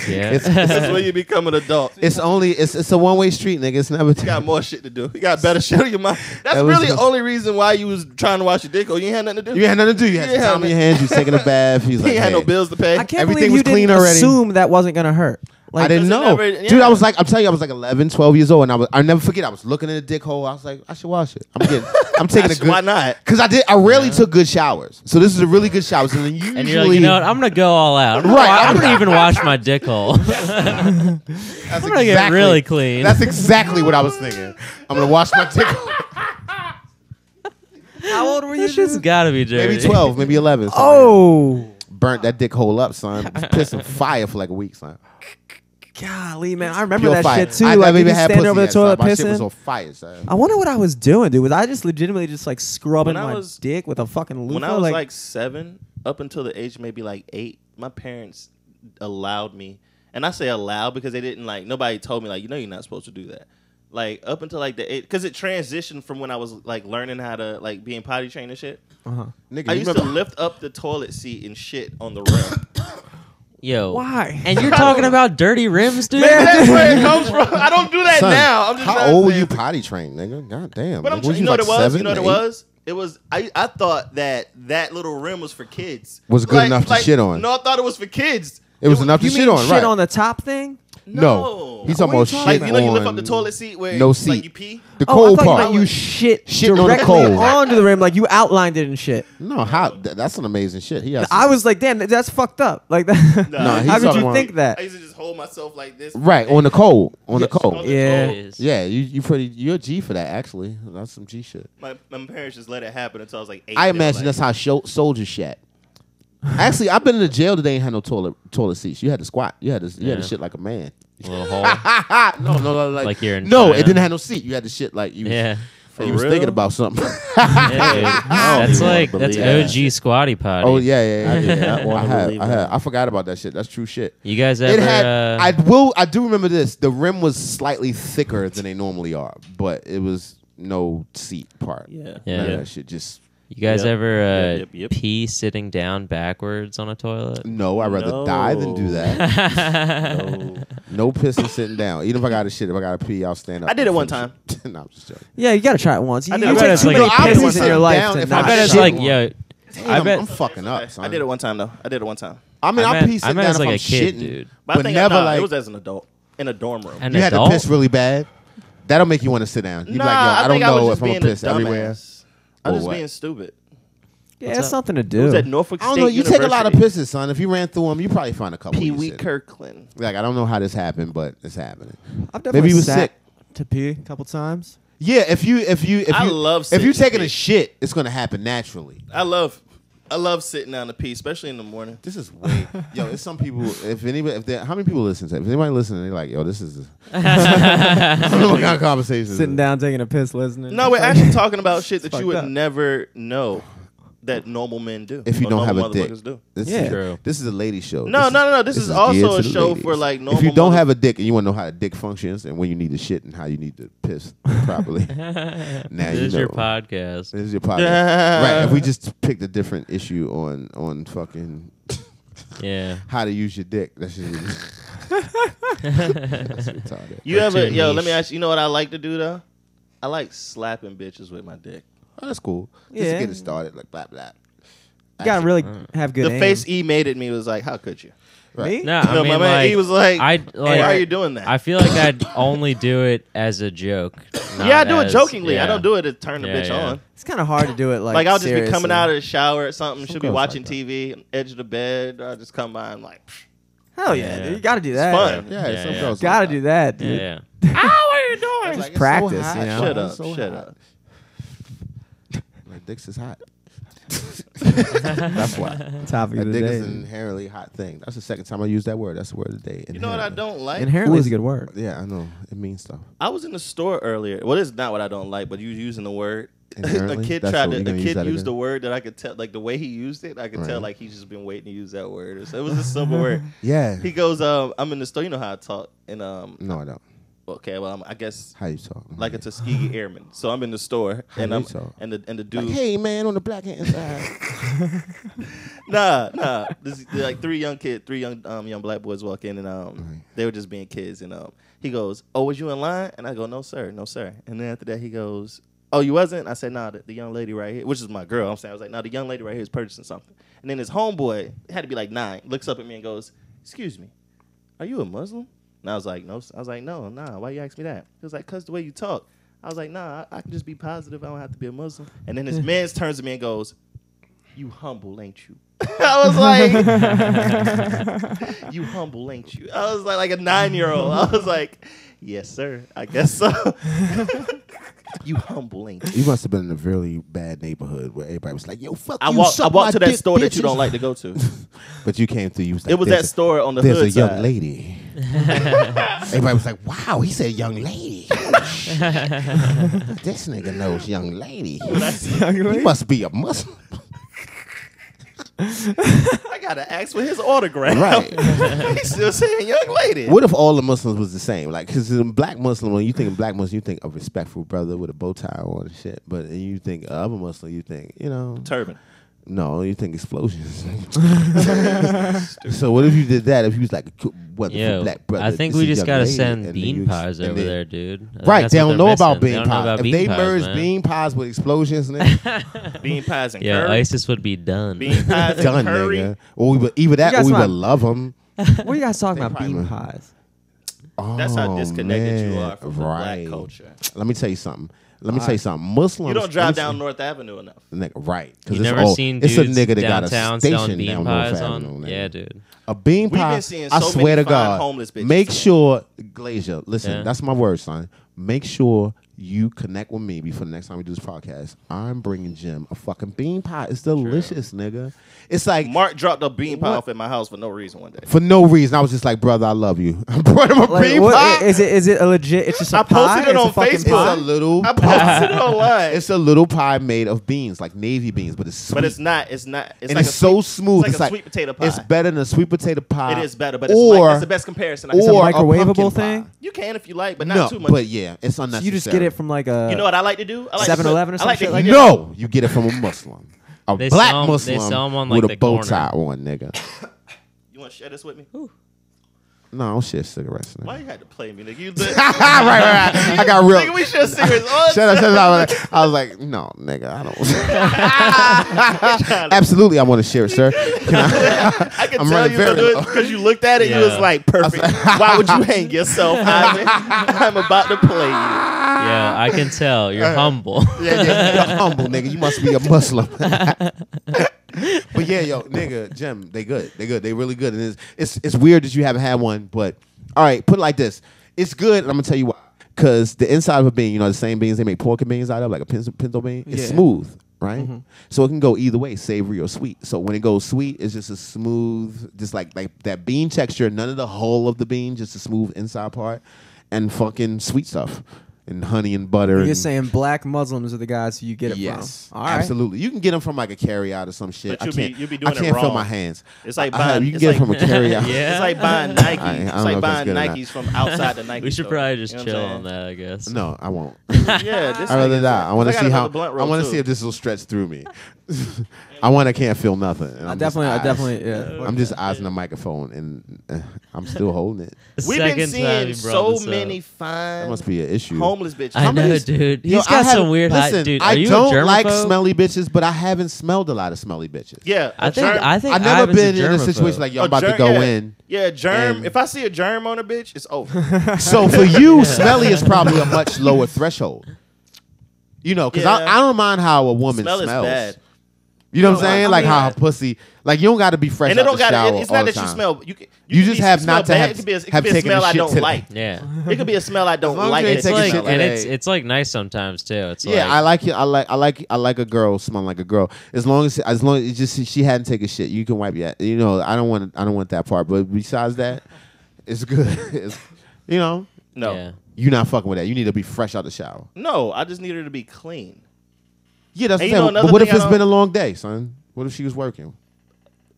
S2: Yeah. <laughs>
S4: it's
S1: that's when you become an adult. You
S4: it's only it's it's a one way street, nigga. It's never.
S1: got more shit to do. You got better shit on your mind. That's
S4: That was
S1: really the
S4: just-
S1: only reason why you was trying to wash your dick. Oh, you ain't had nothing to do.
S4: <laughs> You had nothing to do. You had
S1: Yeah,
S4: time in
S1: man.
S4: your hands. You was taking a bath. He's
S1: you
S4: like,
S1: ain't had no
S4: hey.
S1: bills to pay.
S5: I can't
S4: Everything
S5: believe
S4: was
S5: you
S4: clean
S5: didn't
S4: already.
S5: assume that wasn't gonna hurt. Like,
S4: I didn't
S1: Because
S4: know,
S1: it never-
S4: dude.
S1: yeah.
S4: I was like, I'm telling you, I was like 11, 12 years old, and I was, I never forget. I was looking at a dick hole. I was like, I should wash it. I'm getting, I'm taking a
S1: Actually,
S4: good.
S1: why not?
S4: Because I did. I rarely took good showers, so this is a really good shower. So then usually,
S2: and you're like, you know what? I'm gonna go all out. I'm
S4: Right,
S2: right. I'm
S4: I'm-
S2: gonna even wash my dick hole. <laughs> I'm
S4: that's
S2: gonna get really clean. <laughs>
S4: That's exactly what I was thinking. I'm gonna wash my dick.
S5: how old were you?
S2: This shit's gotta be dirty.
S4: maybe 12, maybe 11. son.
S5: Oh,
S4: burnt that dick hole up, son. Pissing fire for like a week, son.
S5: golly, man, I remember
S4: Pure
S5: that
S4: fire.
S5: shit too.
S4: I
S5: like,
S4: never
S5: you
S4: even
S5: just
S4: had
S5: standing
S4: pussy
S5: over the
S4: yet, son.
S5: toilet
S4: My shit was
S5: pissing.
S4: on fire, son.
S5: I wonder what I was doing, dude. Was I just legitimately just like scrubbing
S1: When I
S5: my
S1: was-
S5: dick with a fucking loofah?
S1: when I was like, seven, up until the age of maybe like eight, my parents allowed me, and I say allowed because they didn't like nobody told me like you know you're not supposed to do that. Like up until like the eight, because it transitioned from when I was like learning how to like being potty trained and shit.
S4: Nigga,
S1: I
S4: you
S1: used to
S4: remember-
S1: lift up the toilet seat and shit on the rim.
S2: Yo.
S5: Why?
S2: And you're talking about dirty rims, dude.
S1: That's where
S4: <laughs>
S1: it comes from. I don't do that
S4: Son,
S1: now. I'm just
S4: how
S1: trying
S4: old
S1: to
S4: were
S1: say-
S4: you potty trained, nigga? God damn.
S1: But I'm
S4: nigga.
S1: trying-
S4: Was
S1: you know what it
S4: like
S1: was.
S4: seven,
S1: you know what it
S4: eight?
S1: was. It was. I, I thought that that little rim was for kids.
S4: Was good enough to shit on.
S1: No, I thought it was for kids.
S4: It was enough to
S5: you
S4: shit
S5: mean
S4: on,
S5: shit
S4: right?
S5: on the top thing?
S4: No, he's talking about shit.
S1: Like you know, you lift up the
S4: on
S1: toilet seat where
S4: No
S1: like
S4: seat.
S1: you pee.
S4: The
S5: Oh, I
S4: cold
S5: thought
S4: part.
S5: you, meant you shit,
S4: Shit on the
S5: directly
S4: cold.
S5: onto the rim, like you outlined it and shit.
S4: no, how? th- that's an amazing shit. He has.
S5: I was like, damn, that's fucked up. Like <laughs> that.
S1: Nah, he's
S5: how could
S4: talking
S5: you
S4: about-
S5: think
S1: I
S5: that?
S1: used to just hold myself like this.
S4: right on the cold. On the
S1: On
S4: cold.
S1: the
S5: Yeah.
S1: cold.
S2: Is-
S4: Yeah, you you pretty. You're a G for that. Actually, that's some G shit.
S1: My, my parents just let it happen until I was like eight.
S4: I
S1: They were
S4: imagine
S1: like-
S4: that's how sho- soldiers shat. Actually, I've been in the jail that they ain't had no toilet toilet seats. You had to squat. You had to you had
S2: Yeah.
S4: to shit like a man.
S2: A little hole.
S4: no, no, no, like,
S2: Like you're in
S4: no, it
S2: China.
S4: didn't have no seat. You had to shit like you. was-
S2: Yeah.
S4: like you was
S1: real?
S4: thinking about
S2: <laughs>
S4: something. <laughs>
S2: Yeah, dude. that's
S6: even
S2: like
S6: wanna
S2: that's
S6: believe
S2: OG squatty potty.
S4: oh yeah, yeah, yeah. yeah.
S6: not wanna
S4: I had,
S6: believe
S4: I had,
S6: that.
S4: I forgot about that shit. That's true shit.
S2: You guys ever?
S4: It had.
S2: uh,
S4: I will. I do remember this. The rim was slightly thicker than they normally are, but it was no seat part.
S6: Yeah.
S2: Yeah.
S4: None of that shit. Just
S2: you guys
S6: Yep.
S2: ever uh,
S6: Yep, yep, yep.
S2: pee sitting down backwards on a toilet?
S4: no. I'd rather die than do
S6: No.
S4: that.
S2: <laughs>
S6: Oh,
S4: No pissing sitting down. Even if I got to shit, if I got to pee, I'll stand up.
S1: I did it
S4: and
S1: one
S4: finish it. <laughs> nah, I'm just joking.
S5: Yeah, you gotta try it once. You,
S1: I
S5: you
S1: did- I bet
S5: take
S2: it's
S5: too
S2: like-
S5: many
S2: I bet
S4: it's
S5: pisses in your
S4: like
S5: life
S4: down
S5: to
S4: if I
S5: not
S2: I bet it's
S4: shit
S5: shit.
S2: like
S4: one.
S2: yo.
S4: Damn,
S2: bet-
S4: I'm fucking up. Son.
S1: I did it one time though. I did it one time.
S4: I mean,
S2: I
S4: I
S2: meant-
S4: am pee
S2: I
S4: sitting
S2: meant
S4: down
S2: as
S4: if
S2: like
S4: I'm
S2: a kid,
S4: shitting,
S2: dude.
S1: But,
S4: but
S1: I think
S4: never
S1: I, nah,
S4: like
S1: it was as an adult in a dorm room.
S2: An
S4: you had
S2: adult?
S4: to piss really bad. That'll make you want to sit down. You'd be
S1: nah,
S4: like, yo, I, don't
S1: think I was
S4: know
S1: just
S4: if I'm
S1: being
S4: gonna piss
S1: a
S4: everywhere.
S1: dumbass. I
S4: Or
S1: was just
S4: what?
S1: being stupid.
S5: Yeah, it's something to
S1: It was at
S5: do.
S1: Norfolk
S4: I
S1: State
S4: don't know. You
S1: University.
S4: take a lot of pisses, son. If you ran through them, you probably find a couple.
S1: Pee
S4: you
S1: Wee
S4: sit.
S1: Kirkland.
S4: Like I don't know how this happened, but it's happening. Maybe
S5: I've definitely
S4: he was
S5: sat
S4: sick.
S5: to pee a couple times.
S4: Yeah, if you if you if
S1: I
S4: you
S1: love
S4: if you
S1: sitting
S4: taking a
S1: pee.
S4: shit, it's gonna happen naturally.
S1: I love, I love sitting down to pee, especially in the morning.
S4: This
S1: <laughs>
S4: is way yo. It's some people. If anybody, if there, how many people listen to? It? If anybody listening, they're like, yo,
S1: <laughs>
S4: this is. <laughs> I don't know what kind of conversation. this
S5: Sitting
S4: is.
S5: down, taking a piss, listening.
S1: No, we're <laughs> actually talking about shit that
S5: fucked
S1: you would
S5: up.
S1: never know that normal men do.
S4: If you
S1: or
S4: don't have a
S1: normal
S4: dick,
S1: motherfuckers do.
S4: This
S5: Yeah.
S4: is
S2: True.
S4: This is a lady show.
S1: No, no, no, no. This is also
S4: geared
S1: a
S4: to the
S1: show for, like,
S4: If you
S1: normal
S4: don't
S1: mother-
S4: have a dick and you want to know how a dick functions and when you need to shit and how you need to
S2: <laughs>
S4: piss properly, now
S2: This
S4: you
S2: is
S4: know.
S2: your podcast.
S4: <laughs> This is your
S1: <laughs>
S4: podcast. Right. If we just picked a different issue on on fucking
S2: Yeah. <laughs>
S4: how to use your dick, that's just. that's retarded.
S1: You ever,
S2: too
S1: yo,
S2: niche.
S1: let me ask you, you know what I like to do though? I like slapping bitches with my dick.
S4: Oh, that's cool. Just
S5: Yeah.
S4: to get it started, like blah blah.
S5: you gotta really have good
S1: the
S5: aim.
S1: face E made at me was like, how could you?
S5: Me?
S2: No, I
S1: no,
S2: mean,
S1: my man,
S2: like,
S1: he was like,
S2: I like.
S1: why are you doing that?
S2: I feel like I'd only do it as a
S4: <laughs>
S2: joke.
S1: yeah, I do
S2: not
S1: it
S2: as-
S1: jokingly. I
S2: yeah.
S1: don't do it to turn the
S2: Yeah,
S1: bitch
S2: yeah.
S1: on.
S5: It's kind of hard to do it like
S1: Like, I'll just be
S5: seriously.
S1: coming out of the shower or something.
S4: Some
S1: She'll be
S4: girls
S1: watching
S4: like that.
S1: TV, edge of the bed. Or I'll just come by and like, psh,
S5: Hell yeah,
S2: Yeah.
S5: dude, you gotta do that.
S1: fun.
S4: Yeah,
S2: Yeah,
S4: some
S2: yeah.
S4: girls
S5: Gotta
S4: like
S5: do that, dude. <laughs>
S2: Yeah.
S4: that. It's like, it's so
S5: practice,
S4: hot.
S5: you know?
S1: shut
S4: It's
S1: up,
S4: so
S1: shut
S4: hot.
S1: up.
S4: My dick's is <laughs> hot. that's
S5: <laughs>
S4: why.
S5: Topic
S4: A
S5: of the
S4: dick
S5: day.
S4: is an inherently hot thing. That's the second time I used that word. That's the word of the day.
S1: You know what I
S4: Inherently.
S1: don't like?
S5: Inherently is a
S4: Who is-
S5: good word. <laughs>
S4: Yeah, I know. It means stuff.
S1: I was in the store earlier. Well, it's not what I don't like, but you using the word. <laughs> a
S4: Inherently?
S1: kid
S4: That's
S1: tried
S4: what
S1: to.
S4: you
S1: A
S4: gonna use
S1: kid
S4: that
S1: used
S4: again?
S1: the word that I could tell, like the way he used it, I could tell
S4: Right.
S1: like he's just been waiting to use that word. So it was a simple
S4: <laughs>
S1: word.
S4: Yeah.
S1: He goes, um, "I'm in the store. You know how I talk." And um,
S4: no, I don't.
S1: okay, well, I'm, I guess
S4: How you talk?
S1: like a
S4: <laughs>
S1: Tuskegee Airman. So I'm in the store, and
S4: do
S1: I'm
S4: you talk?
S1: and the and the dude.
S4: Like, hey man, on the black hand
S5: <laughs>
S4: side.
S1: nah, nah. This, like three young kid, three young um young black boys walk in, and um they were just being kids, and um he goes, "Oh, was you in line?" And I go, "No, sir, no, sir." And then after that, he goes, "Oh, you wasn't?" I said, "Nah, the, the young lady right here, which is my girl." I'm saying, I was like, "No, the young lady right here is purchasing something." And then his homeboy had to be like nine, looks up at me and goes, "Excuse me, are you a Muslim?" And I was like, "No." sir." I was like, "No, nah. Why you ask me that?" He was like, "Cause the way you talk." I was like, "Nah, I, I can just be positive. I don't have to be a Muslim." And then his man's turns to me and goes, you humble, ain't you? I was like, you humble, ain't you? I was like, like a nine year old. I was like, yes, sir. I guess so. <laughs> you humble, ain't you?
S4: you must have been in a really bad neighborhood where everybody was like, "Yo, fuck
S1: I
S4: you."
S1: walked, I
S4: suck my
S1: walked to that
S4: dick,
S1: store that you
S4: bitches.
S1: don't like to go
S4: <laughs>
S1: to.
S4: But you came through. You was like,
S1: It was
S4: "There's
S1: that
S4: a-
S1: store on the
S4: There's a
S1: hood
S4: young
S1: side. <laughs>
S4: lady. Everybody was like, "Wow," he said, "Young lady." Holy shit. this nigga knows young lady. He must be a Muslim,
S1: I gotta ask for his autograph.
S4: right?
S1: <laughs> He's still saying young lady.
S4: What if all the Muslims was the same? Like, because in black Muslim, when you think of black Muslim, you think of respectful brother with a bow tie on and shit. But when you think of other Muslim, you think, you know,
S1: Turban.
S4: no, you think explosions. <laughs> so what if you did that? If you was like a cu- what,
S2: Yeah,
S4: black brother?
S2: I think
S4: this
S2: we
S4: is
S2: just
S4: young
S2: gotta
S4: lady,
S2: send
S4: and then
S2: bean
S4: you ex-
S2: pies
S4: and
S2: over
S4: then-
S2: there, dude. I think
S4: Right,
S2: that's
S4: they
S2: what they're
S4: don't know about
S2: missing. They
S4: bean
S2: don't know
S4: pies.
S2: about
S4: If
S2: bean
S4: they
S2: pies,
S4: merge
S2: man.
S4: bean pies
S2: <laughs>
S4: with explosions, nigga,
S1: Bean pies and
S2: yeah,
S1: curry.
S2: ISIS would be done.
S4: <laughs>
S1: Bean pies and
S4: done,
S1: curry.
S4: nigga. Or we would either that,
S5: You
S4: or
S5: guys
S4: we would
S5: want-
S4: love them.
S5: What are you guys talking about?
S4: probably
S5: Bean
S4: would.
S5: pies.
S1: That's how
S4: Oh,
S1: disconnected you
S4: man.
S1: are from the black
S4: Right.
S1: culture.
S4: Let me tell you something. Let me tell you something. Muslims.
S1: You don't
S4: let me
S1: drive
S4: tell-
S1: down North Avenue enough.
S4: Nigga, right? Because
S2: You never seen
S4: it's
S2: dudes
S4: a nigga that got a
S2: downtown selling
S4: station
S2: bean
S4: down North
S2: pies
S4: Avenue.
S2: on?
S4: nigga.
S2: Yeah, dude.
S4: A bean
S1: We've
S4: pie.
S1: been seeing
S4: I
S1: so
S4: swear
S1: many
S4: to
S1: fine
S4: God.
S1: homeless bitches
S4: Make
S1: today.
S4: sure, Glazier, listen,
S2: Yeah.
S4: that's my word, son. Make sure you connect with me before the next time we do this podcast. I'm bringing Jim a fucking bean pie. It's delicious, nigga. It's like
S1: Mark dropped a bean pie
S4: What?
S1: off at my house for no reason one day.
S4: <laughs> for no reason. I was just like, brother, I love you. <laughs> I brought him a
S5: Like,
S4: bean
S5: what,
S4: pie.
S5: is it? Is it a legit? It's just a
S1: I posted
S5: pie?
S1: it
S5: It's a
S1: on
S5: fucking
S1: Facebook.
S4: it's
S5: pie?
S4: a little.
S1: I posted it online,
S4: <laughs> It's a little pie made of beans, like navy beans, but it's sweet.
S1: but it's not. It's not. It's
S4: and
S1: like a
S4: it's so
S1: sweet-
S4: smooth.
S1: It's like a
S4: like
S1: sweet potato pie.
S4: It's better than a sweet potato pie.
S1: It is better, but it's
S4: or,
S1: like, that's the best comparison. I can
S4: or
S1: say.
S5: a microwavable
S4: pumpkin pie.
S5: thing?
S1: You can if you like, but not
S4: No,
S1: too much.
S4: but yeah, it's unnecessary.
S5: You just get it from like a.
S1: you know what I like to do? I like to put-
S5: 7-Eleven or
S1: I like
S5: some
S1: to
S5: shit like
S1: heat up-
S4: no, you get it from a Muslim, a
S2: They
S4: black
S2: sell 'em- they
S4: Muslim
S2: sell 'em on, like,
S4: with a
S2: the
S4: bow
S2: corner.
S4: tie on, nigga.
S1: You want to share this with me?
S4: No, I don't share cigarettes. Nigga.
S1: Why you had to play me,
S4: <laughs>
S1: nigga? You lit.
S4: right, right,
S2: <laughs>
S4: right. I got real.
S1: <laughs> nigga, we share cigarettes all the
S4: <laughs> Shut up, shut up. I was like- I was like, no, nigga, I
S2: <laughs>
S4: don't. <laughs> Absolutely, I want to share it, sir. Can I,
S1: I can
S4: I'm
S1: tell
S4: running
S1: you
S4: very low.
S1: because you looked at it, you
S2: Yeah.
S1: was like, perfect. Why would
S4: <laughs>
S1: you hang yourself, Ivan? <laughs> I'm about to play you.
S2: Yeah, I can tell. You're humble.
S4: yeah, yeah, you're humble, nigga. You must be a Muslim. <laughs> but yeah, yo, nigga, Jim, they good. They good. They really good. And it's, it's it's weird that you haven't had one, but all right, put it like this. It's good, and I'm gonna tell you why. Cause the inside of a bean, you know, the same beans they make pork and beans out of, like a pinto, pinto bean, it's
S5: Yeah.
S4: smooth, right? So it can go either way, savory or sweet. So when it goes sweet, it's just a smooth, just like like that bean texture, none of the whole of the bean, just the smooth inside part, and fucking sweet stuff, and honey and butter.
S5: You're
S4: and
S5: saying black Muslims are the guys who you get it
S4: Yes,
S5: from. All right.
S4: absolutely. You can get them from like a carry out or some shit.
S1: But you
S4: I
S1: be-
S4: can't.
S1: you be doing
S4: I
S1: it
S4: can't feel
S1: wrong.
S4: my hands.
S1: It's like
S4: I- I have-
S1: buying-
S4: you can
S1: it's
S4: get it
S1: like- <laughs>
S4: from a carry out.
S2: Yeah.
S1: It's
S2: <laughs>
S1: like buying
S4: I don't
S1: Nikes. It's
S4: know if
S1: like
S4: that's
S1: buying
S4: good or not.
S1: Nikes from outside the Nike.
S2: we should
S1: store.
S2: probably just
S1: You know what I'm
S2: chill
S1: saying?
S2: on that, I guess.
S4: <laughs> No,
S1: <laughs>
S4: I won't.
S1: Yeah,
S2: <laughs>
S1: this
S4: I rather
S1: nigga's-
S4: die. I want to
S1: got
S4: see how.
S1: another blunt
S4: I
S1: roll,
S4: want to
S1: too.
S4: see if this will stretch
S1: <laughs>
S4: through me. I want. I can't feel nothing. and
S5: I
S4: I'm just
S5: definitely, I
S4: eyes.
S5: definitely, yeah.
S4: I'm just eyes in the microphone, and uh, I'm still holding it.
S2: The
S1: We've
S2: second
S1: been
S2: time
S1: seeing
S2: you brought
S1: so
S2: this up.
S1: many fine
S4: That must be an issue.
S1: homeless bitches.
S2: I
S1: How many-
S2: know,
S4: many-
S2: dude. He's
S4: Yo, I
S2: got some
S4: haven't-
S2: weird hot
S4: listen,
S2: dude. Are
S4: I
S2: you a
S4: don't like
S2: germaphobe?
S4: smelly bitches, but I haven't smelled a lot of smelly bitches.
S1: Yeah,
S2: I
S1: a
S2: think
S1: germ-
S2: I think
S4: I've never
S2: Ivan's
S4: been in a situation
S2: germaphobe.
S4: like yo, I'm
S1: a
S4: about to
S1: germ-
S4: go
S1: yeah.
S4: in.
S1: Yeah, germ.
S4: and-
S1: if I see a germ on a bitch, it's
S2: <laughs>
S1: over.
S4: So for
S1: <laughs>
S4: you, smelly is probably a much lower threshold. You know, because
S1: Yeah.
S4: I, I don't mind how a woman
S1: Smell is
S4: smells.
S1: bad.
S4: You know
S1: No,
S4: what I'm saying?
S1: I- I
S4: like
S1: mean,
S4: how
S1: I-
S4: her pussy. Like you don't got to be fresh
S1: and it
S4: out
S1: don't
S4: the
S1: got.
S4: shower
S1: It, it's not
S4: all the
S1: that you
S4: time.
S1: smell. You, can,
S4: You
S1: can
S4: just
S1: be-
S4: have
S1: smell
S4: not to
S1: bad.
S4: have-
S1: It could be a, it could
S4: have
S1: be a
S4: taken a
S1: smell I
S4: shit
S1: don't
S4: today.
S1: like.
S2: Yeah.
S1: It could be a smell I don't
S4: long as
S1: like.
S4: you ain't
S1: that
S2: It's
S4: taking
S1: you
S2: like,
S4: shit
S1: smell.
S2: and it's
S4: today.
S2: it's like nice sometimes too. It's
S4: Yeah,
S2: like,
S4: I like it. I like I like I like a girl smelling like a girl. As long as as long as just she hadn't taken shit, you can wipe your. You know, I don't want I don't want that part. But besides that, it's good. <laughs> It's, you know,
S1: No,
S2: Yeah.
S4: you're not fucking with that. You need to be fresh out the shower.
S1: no. I just need her to be clean.
S4: Yeah, that's
S1: And
S4: the
S1: you know
S4: thing. But
S1: another
S4: what
S1: thing
S4: if
S1: I
S4: it's been a
S1: don't-
S4: long day, son? What if she was working?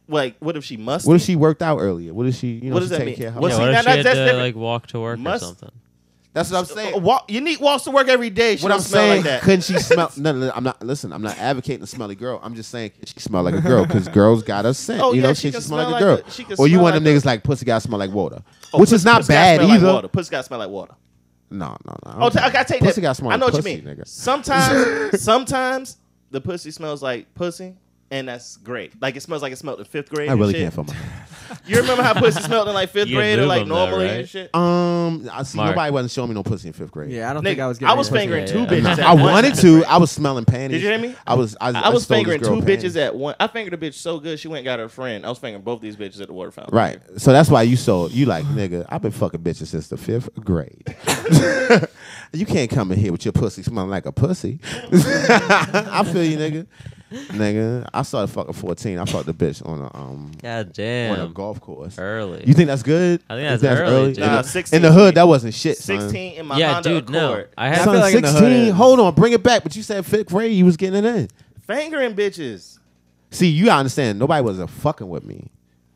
S1: Like, what if she must?
S4: What if she worked out earlier? What if she, you know,
S1: What
S4: she
S1: does that
S4: taking
S1: mean?
S4: care of her
S1: What's
S2: yeah,
S1: See,
S2: what
S4: health?
S1: now
S2: if
S1: that-
S2: she had
S1: that's
S2: to
S1: different.
S2: like walk to work
S1: Must-
S2: or something?
S4: That's what I'm
S1: Uh,
S4: saying.
S1: walk, you need walks to work every day. She
S4: What
S1: don't
S4: I'm
S1: smell
S4: saying,
S1: like that.
S4: couldn't she smell? No, no, no, I'm not. Listen, I'm not advocating a smelly girl. I'm just saying she smell like a girl because girls
S1: <laughs>
S4: got a scent.
S1: Oh,
S4: you know,
S1: yeah,
S4: she,
S1: she
S4: she
S1: can
S4: smell like a
S1: smell
S4: girl.
S1: like a- she can
S4: or you
S1: smell
S4: want them
S1: like a-
S4: niggas like pussy got smell like water,
S1: Oh,
S4: which
S1: pussy-
S4: is not
S1: pussy gotta
S4: bad
S1: smell like
S4: either.
S1: water. Pussy gotta smell like water.
S4: No, no, no.
S1: Oh, t- okay, I take
S4: pussy
S1: that.
S4: got smell
S1: I know
S4: like
S1: what
S4: pussy,
S1: you mean.
S4: nigga. <laughs>
S1: Sometimes, sometimes the pussy smells like pussy, and that's great. Like it smells like it smelled in fifth grade.
S4: I
S1: and
S4: really
S1: shit.
S4: can't feel my.
S1: You remember how pussy smelled in like fifth
S2: <laughs> You
S1: grade or
S2: lube
S1: like
S2: them though,
S1: normally
S2: right?
S1: and shit?
S4: Um, I see.
S2: Mark.
S4: Nobody wasn't showing me no pussy in fifth grade.
S5: Yeah, I don't
S1: Nigga,
S5: think I was
S1: I
S5: getting
S1: was
S5: any pussy.
S1: fingering
S2: yeah,
S1: two
S2: yeah.
S1: bitches. At
S4: I
S1: once.
S4: wanted to. I was smelling panties.
S1: Did you hear me?
S4: I was. I,
S1: I was
S4: stole this
S1: fingering
S4: girl
S1: two
S4: panties.
S1: bitches at one. I fingered a bitch so good she went and got her friend. I was fingering both these bitches at the water fountain.
S4: Right. So that's why you so you like nigga. I've been fucking bitches since the fifth grade. <laughs> you can't come in here with your pussy smelling like a pussy. <laughs> I feel you, nigga. Nigga, I started fucking fourteen. I fucked the bitch on a um
S2: God
S4: on a
S2: damn.
S4: golf course.
S2: Early.
S4: You think that's good?
S2: I think
S4: If
S2: that's early, dude.
S4: In, the-
S2: Nah,
S4: in
S1: 16.
S4: the hood, that wasn't shit. Sixteen.
S1: Sixteen in my
S2: yeah,
S1: Honda
S2: dude. No,
S1: Accord.
S2: I
S4: Son.
S2: have
S4: Son,
S5: feel like in the hood
S4: sixteen.
S5: is-
S4: Hold on, bring it back. But you said fifth grade, you was getting it in.
S1: Fingering bitches.
S4: See, you gotta understand. Nobody was a fucking with me.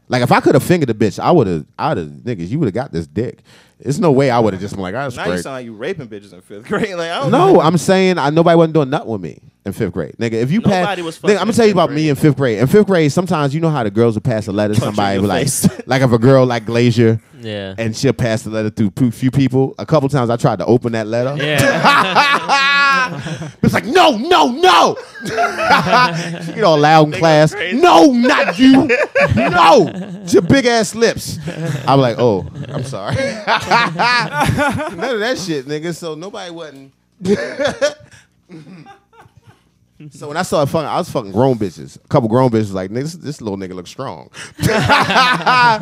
S4: Like if I could have fingered the bitch, I would have. I'd have niggas. You would have got this dick. There's no way I would have just been like, I was
S1: Now you sound like you raping bitches in fifth <laughs> grade. Like I don't know.
S4: No, I'm saying I nobody wasn't doing nothing with me in fifth grade, nigga. If you pass,
S1: Nobody was
S4: nigga,
S1: fucking
S4: I'm gonna
S1: in
S4: tell you
S1: fifth
S4: about me
S1: grade.
S4: in fifth grade. In fifth grade, sometimes you know how the girls will pass a letter to
S1: Punch you in
S4: somebody,
S1: the
S4: like,
S1: face. <laughs>
S4: like if a girl like Glazier,
S2: Yeah.
S4: and she'll pass the letter through a few people. A couple times I tried to open that letter.
S2: yeah.
S4: <laughs> It's like, no, no, no. <laughs> you know, loud in class.
S1: crazy.
S4: No, not you. no, it's your big ass lips. I'm like, oh, I'm sorry. <laughs> None of that shit, nigga. So nobody wasn't. <laughs> so when I started fucking, I was fucking grown bitches. A couple grown bitches like, nigga, this, this little nigga looks strong. <laughs> so I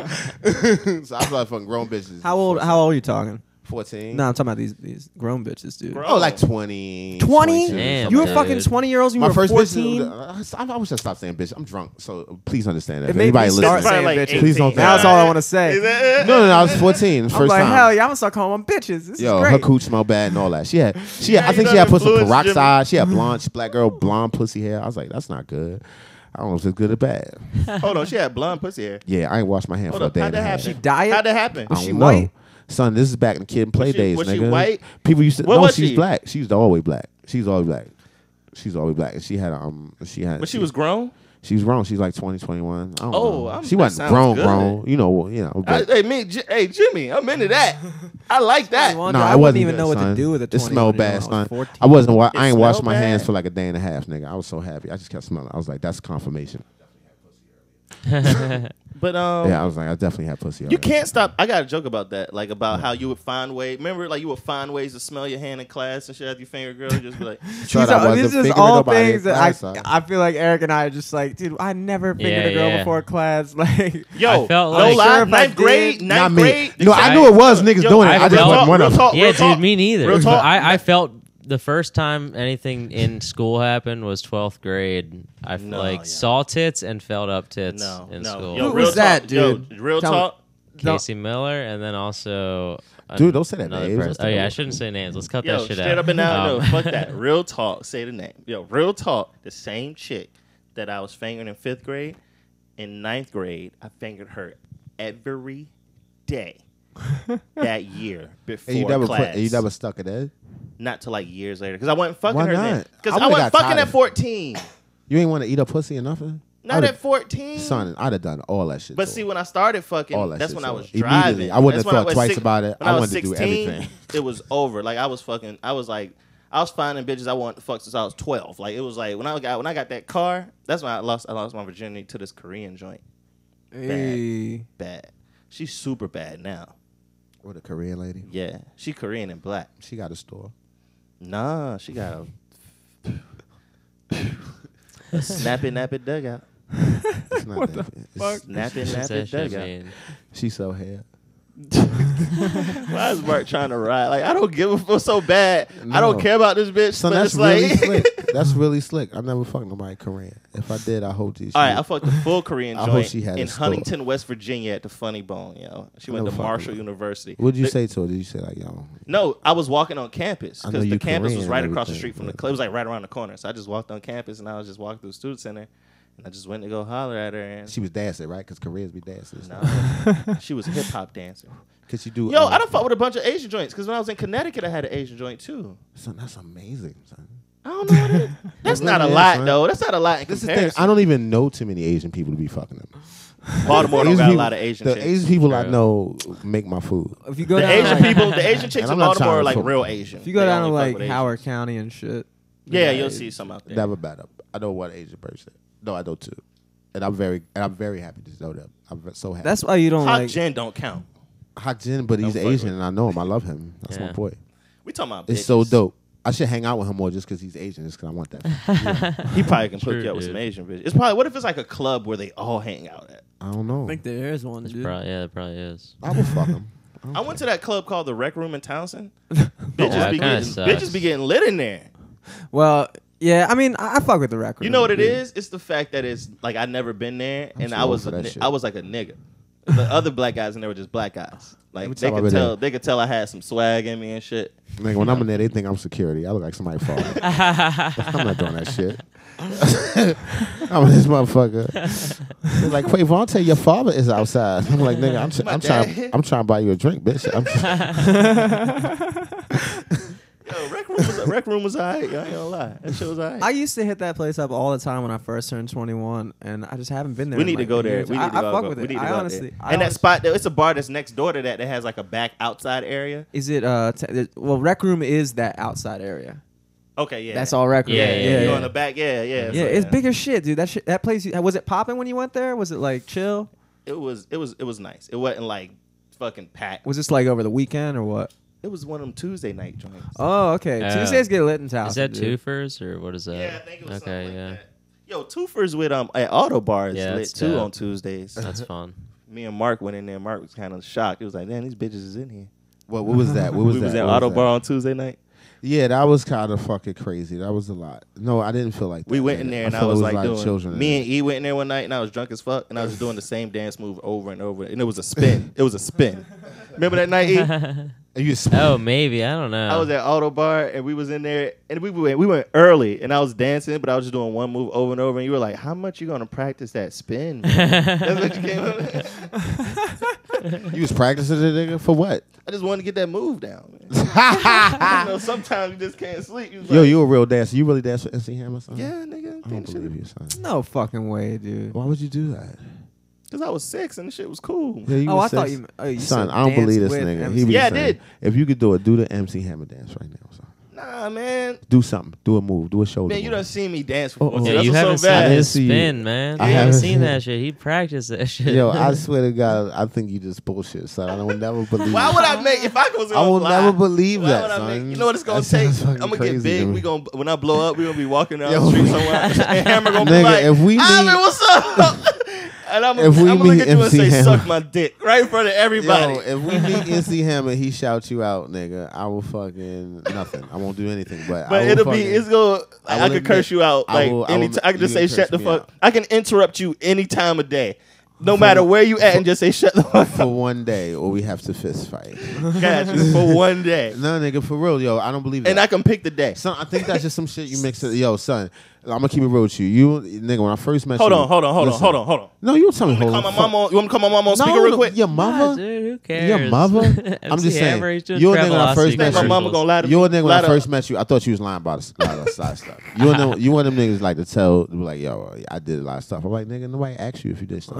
S4: started fucking grown bitches.
S5: How old? How old are you talking?
S4: 14.
S5: No, I'm talking about these these grown bitches, dude.
S1: Bro.
S4: Oh, like 20.
S5: 20?
S4: 22,
S2: Damn,
S5: you were
S2: dude.
S5: fucking 20 year olds. and You
S4: My
S5: were
S4: first
S5: 14.
S1: uh,
S4: bitch. I, I wish I stopped saying bitch. I'm drunk, so please understand that. If
S5: It made
S4: anybody
S5: me
S4: listening,
S5: start
S1: Probably
S5: saying
S1: like
S5: bitches.
S1: 18.
S4: Please don't-
S5: Now that's all I want to say.
S4: no, no, no. I was 14, first
S5: I'm like,
S4: time.
S5: hell yeah, I'm gonna start calling them bitches. This
S4: Yo,
S5: is great.
S4: her cooch smelled bad and all that. She had, she had,
S1: Yeah,
S4: I think
S1: you
S4: she had
S1: done
S4: put some
S1: influenced Jimmy.
S4: peroxide. She had blonde, she black girl, blonde pussy hair. I was like, that's not good. I don't know if it's good or bad.
S1: <laughs> Hold on, she had blonde pussy hair.
S4: Yeah, I ain't washed my hand
S1: Hold
S4: for a
S1: up,
S4: day.
S1: how'd
S4: and a
S1: that
S4: half.
S1: happen?
S5: She diet?
S1: How'd that happen?
S4: I
S5: she
S4: don't know.
S5: white?
S4: Son, this is back in kid and play
S1: Was she-
S4: days,
S1: was
S4: nigga.
S1: she white?
S4: People used to.
S1: What
S4: no,
S1: was
S4: she was
S1: she?
S4: black. She was always black. She was always black. She was always black. And she had um. She had.
S1: But she was grown.
S4: She was wrong. She's like 20, 21. I don't
S1: Oh,
S4: know.
S1: I'm-
S4: she
S1: that
S4: wasn't
S1: sounds
S4: grown,
S1: good.
S4: grown. You know, well, you know.
S1: I,
S4: But,
S1: hey, me, J- hey, Jimmy, I'm
S5: <laughs>
S1: into that. I like that.
S5: Twenty-one.
S4: no,
S5: I
S4: it
S5: wouldn't
S4: wasn't
S5: even
S4: good,
S5: know what to
S4: son.
S5: do with a
S4: It
S5: 21
S4: smelled
S5: year
S4: bad,
S5: old. I was
S4: son.
S5: 14.
S4: I wasn't. Wa-
S1: It
S4: I ain't washed
S1: smelled
S4: my hands
S1: bad.
S4: for like a day and a half, nigga. I was so happy. I just kept smelling. I was like, that's confirmation.
S1: But um,
S4: yeah, I was like, I definitely had pussy.
S1: you
S4: already.
S1: can't stop. I got a joke about that, like about how you would find ways. Remember, like you would find ways to smell your hand in class and shit after you finger girl. Just
S5: <laughs>
S1: be like,
S4: Son,
S5: These
S4: I
S5: are,
S4: wasn't
S5: these are just
S4: figuring
S5: all
S4: nobody
S5: things that I,
S4: out, son.
S5: I feel like Eric and I are just like, dude, I never figured
S2: Yeah,
S5: a girl
S2: yeah.
S5: before class. <laughs> Like,
S1: yo,
S2: I
S1: no
S2: felt like-
S1: lie,
S5: Sure if I
S1: ninth
S5: did,
S1: grade, ninth
S4: Not me.
S1: grade.
S4: No, I knew it was niggas
S1: Yo,
S4: doing it.
S1: I
S4: I just
S1: real
S4: wasn't
S1: talk,
S4: one
S1: real
S4: of them.
S1: talk,
S2: yeah,
S1: Oh, real
S2: dude,
S1: talk.
S2: me neither.
S1: Real talk.
S2: I, I felt the first time anything in school happened was 12th grade. I
S1: No,
S2: like
S1: yeah.
S2: saw tits and felt up tits
S1: No,
S2: in
S1: no.
S2: school.
S1: Yo,
S5: Who
S1: real
S5: was that,
S1: talk, yo,
S5: dude?
S1: Real
S5: Tell
S1: talk.
S5: No.
S2: Casey Miller, and then also an-
S4: Dude, don't say that
S2: another
S4: names.
S2: person-
S4: That's
S2: Oh yeah, I
S4: terrible.
S2: shouldn't say names. Let's cut
S1: Yo,
S2: that shit
S1: straight
S2: out.
S1: up and down.
S2: Um,
S1: no, fuck
S2: <laughs>
S4: <laughs>
S1: that. Real talk. Say the name. Yo, real talk. The same chick that I was fingering in fifth grade, in ninth grade, I fingered her every
S4: <laughs>
S1: day that year before
S4: And you never,
S1: class.
S4: put, and you never stuck it in.
S1: Not till like years later, because I wasn't fucking
S4: Why
S1: her then.
S4: not? I
S1: Because I,
S4: would've
S1: wasn't
S4: got
S1: fucking
S4: tired
S1: at
S4: of it.
S1: fourteen.
S4: You ain't want to eat a pussy or nothing.
S1: Not
S4: I'da-
S1: at fourteen.
S4: Son, I'd have done all that shit.
S1: But
S4: to
S1: see,
S4: her.
S1: when I started fucking,
S4: All that
S1: that's
S4: shit
S1: when I
S4: sold.
S1: was
S4: Immediately.
S1: driving.
S4: I wouldn't have
S1: That's when
S4: thought
S1: was
S4: twice about it.
S1: When
S4: I
S1: I, was
S4: wanted to do
S1: 16,
S4: everything.
S1: It was over. Like I was fucking. I was like, I was finding bitches I wanted to fuck since I was twelve. Like it was like when I got when I got that car. That's when I lost. I lost my virginity to this Korean joint.
S5: hey.
S1: Bad. She's super bad now.
S4: with a Korean lady,
S1: Yeah, she Korean and black.
S4: she got
S1: <laughs>
S4: a store.
S1: Nah, she got a, a snap it, nap it dugout.
S4: It's not that
S1: Snap
S4: it's-
S1: it,
S2: What's
S1: nap
S2: that
S1: it
S2: shit
S1: dugout.
S2: mean?
S4: She so hair.
S1: Why is Mark trying to ride? Like I don't give a fuck so bad. I
S4: No.
S1: don't care about this bitch.
S4: Son,
S1: but
S4: that's
S1: it's like, <laughs>
S4: really slick. That's really slick. I never fucked nobody Korean. If I did, I hope these.
S1: All right, I fucked a full Korean
S4: I hope
S1: joint
S4: she had
S1: in
S4: a store.
S1: Huntington, West Virginia, at the Funny Bone. Yo, she
S4: I
S1: went
S4: know
S1: to
S4: fucking
S1: Marshall
S4: well.
S1: University.
S4: <laughs> What'd you
S1: The-
S4: say to her? Did you say like, yo,
S1: No, I was walking on campus
S4: I know
S1: because the
S4: you
S1: campus
S4: Korean
S1: was
S4: and
S1: right across the
S4: everything,
S1: street from the.
S4: but-
S1: Cl- it was like right around the corner, so I just walked on campus and I was just walking through the student center, and I just went to go holler at her. And <laughs>
S4: she was dancing, right? Because Koreans be dancing.
S1: No, she was a hip hop
S4: <laughs>
S1: dancer.
S4: Because you do.
S1: Yo, I
S4: um,
S1: done fuck with a bunch of Asian joints because when I was in Connecticut, I had an Asian joint too.
S4: <laughs> Son, that's amazing. Son.
S1: I don't know what
S4: <laughs>
S1: it. That's
S4: It
S1: not a
S4: really is,
S1: lot
S4: man.
S1: though. That's not a lot in
S4: This is the
S1: comparison.
S4: thing. I don't even know too many Asian people to be fucking them.
S1: Baltimore don't
S4: Asian
S1: got a
S4: people-
S1: lot of Asian.
S4: The
S1: chicks.
S4: Asian people I
S2: True.
S4: know make my food.
S5: If you go
S1: The
S5: down,
S1: Asian
S5: like,
S1: people, the Asian chicks
S4: And
S1: in
S4: I'm not
S1: Baltimore are
S4: trying
S1: like
S4: to-
S1: real Asian.
S5: If you go
S1: They
S5: down to
S1: only fuck
S5: like
S1: with Asians.
S5: Howard County and shit.
S1: yeah,
S5: like,
S1: you'll see some out there.
S4: Never bad up. I know one Asian person. No, I know two, and I'm very and I'm very happy to know them. I'm ve- so happy.
S5: That's why you don't
S1: Hot
S5: like.
S1: Jen don't count.
S4: Hot Jin, but he's
S1: fuck with
S4: Asian, and I know him. I love him. That's my
S2: Yeah.
S4: point.
S1: We talking about
S4: It's
S1: bitches.
S4: so dope. I should hang out with him more just because he's Asian. Just because I
S1: <laughs>
S4: want that.
S1: He probably can hook
S2: True,
S1: you up with
S2: dude.
S1: some Asian bitches. It's probably what if it's like a club where they all hang out at.
S4: I don't know.
S5: there is one, dude.
S2: Pro- yeah, it probably is.
S4: I would fuck him.
S1: I went to that club called the Rec Room in
S4: <laughs>
S1: Townsend.
S2: that
S1: bitches, be
S2: kinda
S1: getting,
S2: sucks.
S1: bitches be getting lit in there.
S5: Well, yeah, I mean, I, I fuck with the record.
S1: You know what it
S5: Yeah.
S1: is? It's the fact that it's like I never been there, and
S4: too
S1: I
S4: old
S1: was
S4: for
S1: a
S4: that
S1: ni-
S4: shit.
S1: I was like a nigga. The other black guys in there were just black guys. Like
S4: Every
S1: they
S4: time I
S1: could
S4: been
S1: tell
S4: there.
S1: they could tell I had some swag in me and shit.
S4: Like when I'm in there, they think I'm security. I look like somebody
S1: <laughs>
S4: falling. I'm not doing that shit. <laughs> I'm this motherfucker. They're like Quavante, your father is outside. I'm like nigga, I'm, tr- I'm trying.
S1: dad.
S4: I'm trying to buy you a drink, bitch. I'm
S1: <laughs> Yo, <laughs> rec room was rec room was alright. yo, I ain't gonna lie, that shit was alright.
S5: I used to hit that place up all the time when I first turned 21, and I just haven't been there.
S1: We
S5: in,
S1: need to
S5: like,
S1: go there.
S5: years.
S1: We need
S5: I,
S1: to go.
S5: I fuck
S1: go-
S5: with
S1: we
S5: it.
S1: need to
S5: I
S1: go out
S5: honestly,
S1: there.
S5: I
S1: and that
S5: honestly-
S1: spot, there, it's a bar that's next door to that that has like a back outside area.
S5: is it. Uh, t- it- well, rec room is that outside area.
S1: Okay, yeah.
S5: That's all record.
S2: Yeah, yeah,
S1: you
S2: yeah.
S1: on the back, yeah, yeah.
S5: Yeah,
S1: so,
S5: it's big as shit, dude. That shit, that place. Was it popping when you went there? Was it like chill?
S1: It was, it was, it was nice. It wasn't like fucking packed.
S5: Was this like over the weekend or what?
S1: It was one of them Tuesday night joints.
S5: Oh, okay.
S2: Yeah.
S5: Tuesdays get lit in town.
S2: Is that
S5: dude.
S2: twofers or what is that?
S1: yeah, I think it was
S2: okay,
S1: something
S2: yeah,
S1: like that. Yo, twofers with um at Auto Bar is
S2: Yeah,
S1: lit
S2: that's
S1: too
S2: dope. Uh,
S1: on Tuesdays.
S2: that's fun.
S1: Me and Mark went in there. Mark was kind of shocked. He was like, "Damn, these bitches is in here."
S4: What, what was that? What was
S1: we
S4: that?
S1: was at
S4: What was
S1: Auto
S4: that?
S1: Bar on Tuesday night.
S4: Yeah, that was kind of fucking crazy. That was a lot. No, I didn't feel like that.
S1: We went in there and I,
S4: felt
S1: was
S4: it
S1: like,
S4: a lot of
S1: doing.
S4: children. in
S1: me
S4: there.
S1: and E went in there one night and I was drunk as fuck and I was just doing the same dance move over and over and it was a spin.
S4: <laughs>
S1: it was a spin. Remember that night? E?
S4: and
S1: <laughs>
S4: you spit.
S2: Oh, maybe I don't know.
S1: I was at Auto Bar and we was in there and we went we went early and I was dancing but I was just doing one move over and over and you were like, "How much you gonna practice that spin?" man?" That's what you came up. with?
S4: you was practicing the nigga for what?
S1: I just wanted to get that move down. Man.
S4: <laughs>
S1: you know, sometimes you just can't sleep. You was
S4: Yo,
S1: like,
S4: you a real dancer. You really dance for NC Hammer? Son?
S1: yeah, nigga,
S4: I don't believe you, son.
S5: No fucking way, dude.
S4: Why would you do that?
S1: Because I was six and the shit was cool.
S4: Yeah, you
S5: Oh,
S4: was
S5: I thought
S4: six.
S5: you. Oh, you
S4: son,
S5: said
S4: I don't
S5: dance
S4: believe this
S5: with
S4: nigga.
S5: MC.
S4: He was
S1: Yeah, I
S4: saying,
S1: did.
S4: If you could do it, do the MC Hammer dance right now. Son.
S1: Nah, man.
S4: Do something. Do a move. Do a shoulder.
S1: Man, you
S4: move.
S1: done seen me dance before.
S4: Oh, oh.
S1: so
S2: yeah,
S1: that's
S2: you
S1: what's
S2: haven't
S1: so
S2: seen
S1: bad.
S2: his
S4: I didn't see you.
S2: spin, man.
S4: I
S2: you haven't
S4: haven't
S2: seen
S4: seen
S2: that shit. He practiced that <laughs> shit.
S4: Yo, I swear to God, I think you just bullshit, son. I will
S1: <laughs>
S4: never believe.
S1: Why
S4: it.
S1: would I make if I was?
S4: I
S1: gonna
S4: will
S1: lie,
S4: never believe
S1: why
S4: that,
S1: would I make-
S4: son.
S1: you know what it's gonna
S4: That
S1: take?
S4: sounds fucking
S1: I'm gonna get
S4: crazy to
S1: big.
S4: me.
S1: We gonna when I blow up, we gonna be walking down the
S4: <laughs> Yo.
S1: street somewhere, and Hammer gonna be
S4: Nigga,
S1: like,
S4: if we
S1: "Ivan,
S4: meet-
S1: what's up?" <laughs> and I'm,
S4: If we
S1: I'm gonna look
S4: meet
S1: at you and
S4: MC
S1: say,
S4: Hammer.
S1: "Suck my dick," right in front of everybody.
S4: Yo, if we meet
S1: <laughs>
S4: NC Hammer, he shouts you out, nigga. I will fucking nothing. I won't do anything, but I
S1: but
S4: will
S1: it'll be
S4: fucking-
S1: it's gonna.
S4: I
S1: I,
S4: will
S1: can curse
S4: admit-
S1: you out
S4: I
S1: like
S4: will- I
S1: any.
S4: will-
S1: ti- I can just say,
S4: you can
S1: "Shut
S4: curse
S1: the
S4: me
S1: fuck."
S4: out.
S1: I can interrupt you any time of day. No matter where you at, and just say shut the fuck up.
S4: for one day, or we have to fist
S1: <laughs>
S4: fight.
S1: Got you for one day,
S4: no, nigga, for real, yo, I don't believe
S1: <laughs>
S4: that.
S1: and I can pick the day.
S4: son, I think that's just some shit you mix it. Yo, son, I'm gonna keep it real with you. You, nigga, when I first met
S1: Hold
S4: you,
S1: on, hold on, hold on,
S4: listen.
S1: hold on, hold on.
S4: No, you don't tell me.
S1: You
S4: Hold
S1: wanna call
S4: on,
S1: my
S4: fuck.
S1: mama. on- You want me to call my mama on
S4: no,
S1: speaker real
S4: no,
S1: quick?
S4: Your
S2: Nah,
S4: mother,
S2: dude, who cares? <laughs>
S4: your mother. I'm
S2: MC
S4: just saying.
S2: Hammer, he's doing
S4: You a nigga when I
S2: Travelocity
S4: first
S1: Think
S4: met
S1: my
S4: you.
S2: commercials.
S1: mama gonna lie to me?
S4: You were a nigga when
S1: Lie
S4: I
S1: to-
S4: first met you. I thought you was lying about us- a lot of side stuff. You one them, you one of them niggas like to tell be like, yo, I did a lot of stuff. I'm like, nigga, nobody asked you if you
S1: <laughs>
S4: did stuff.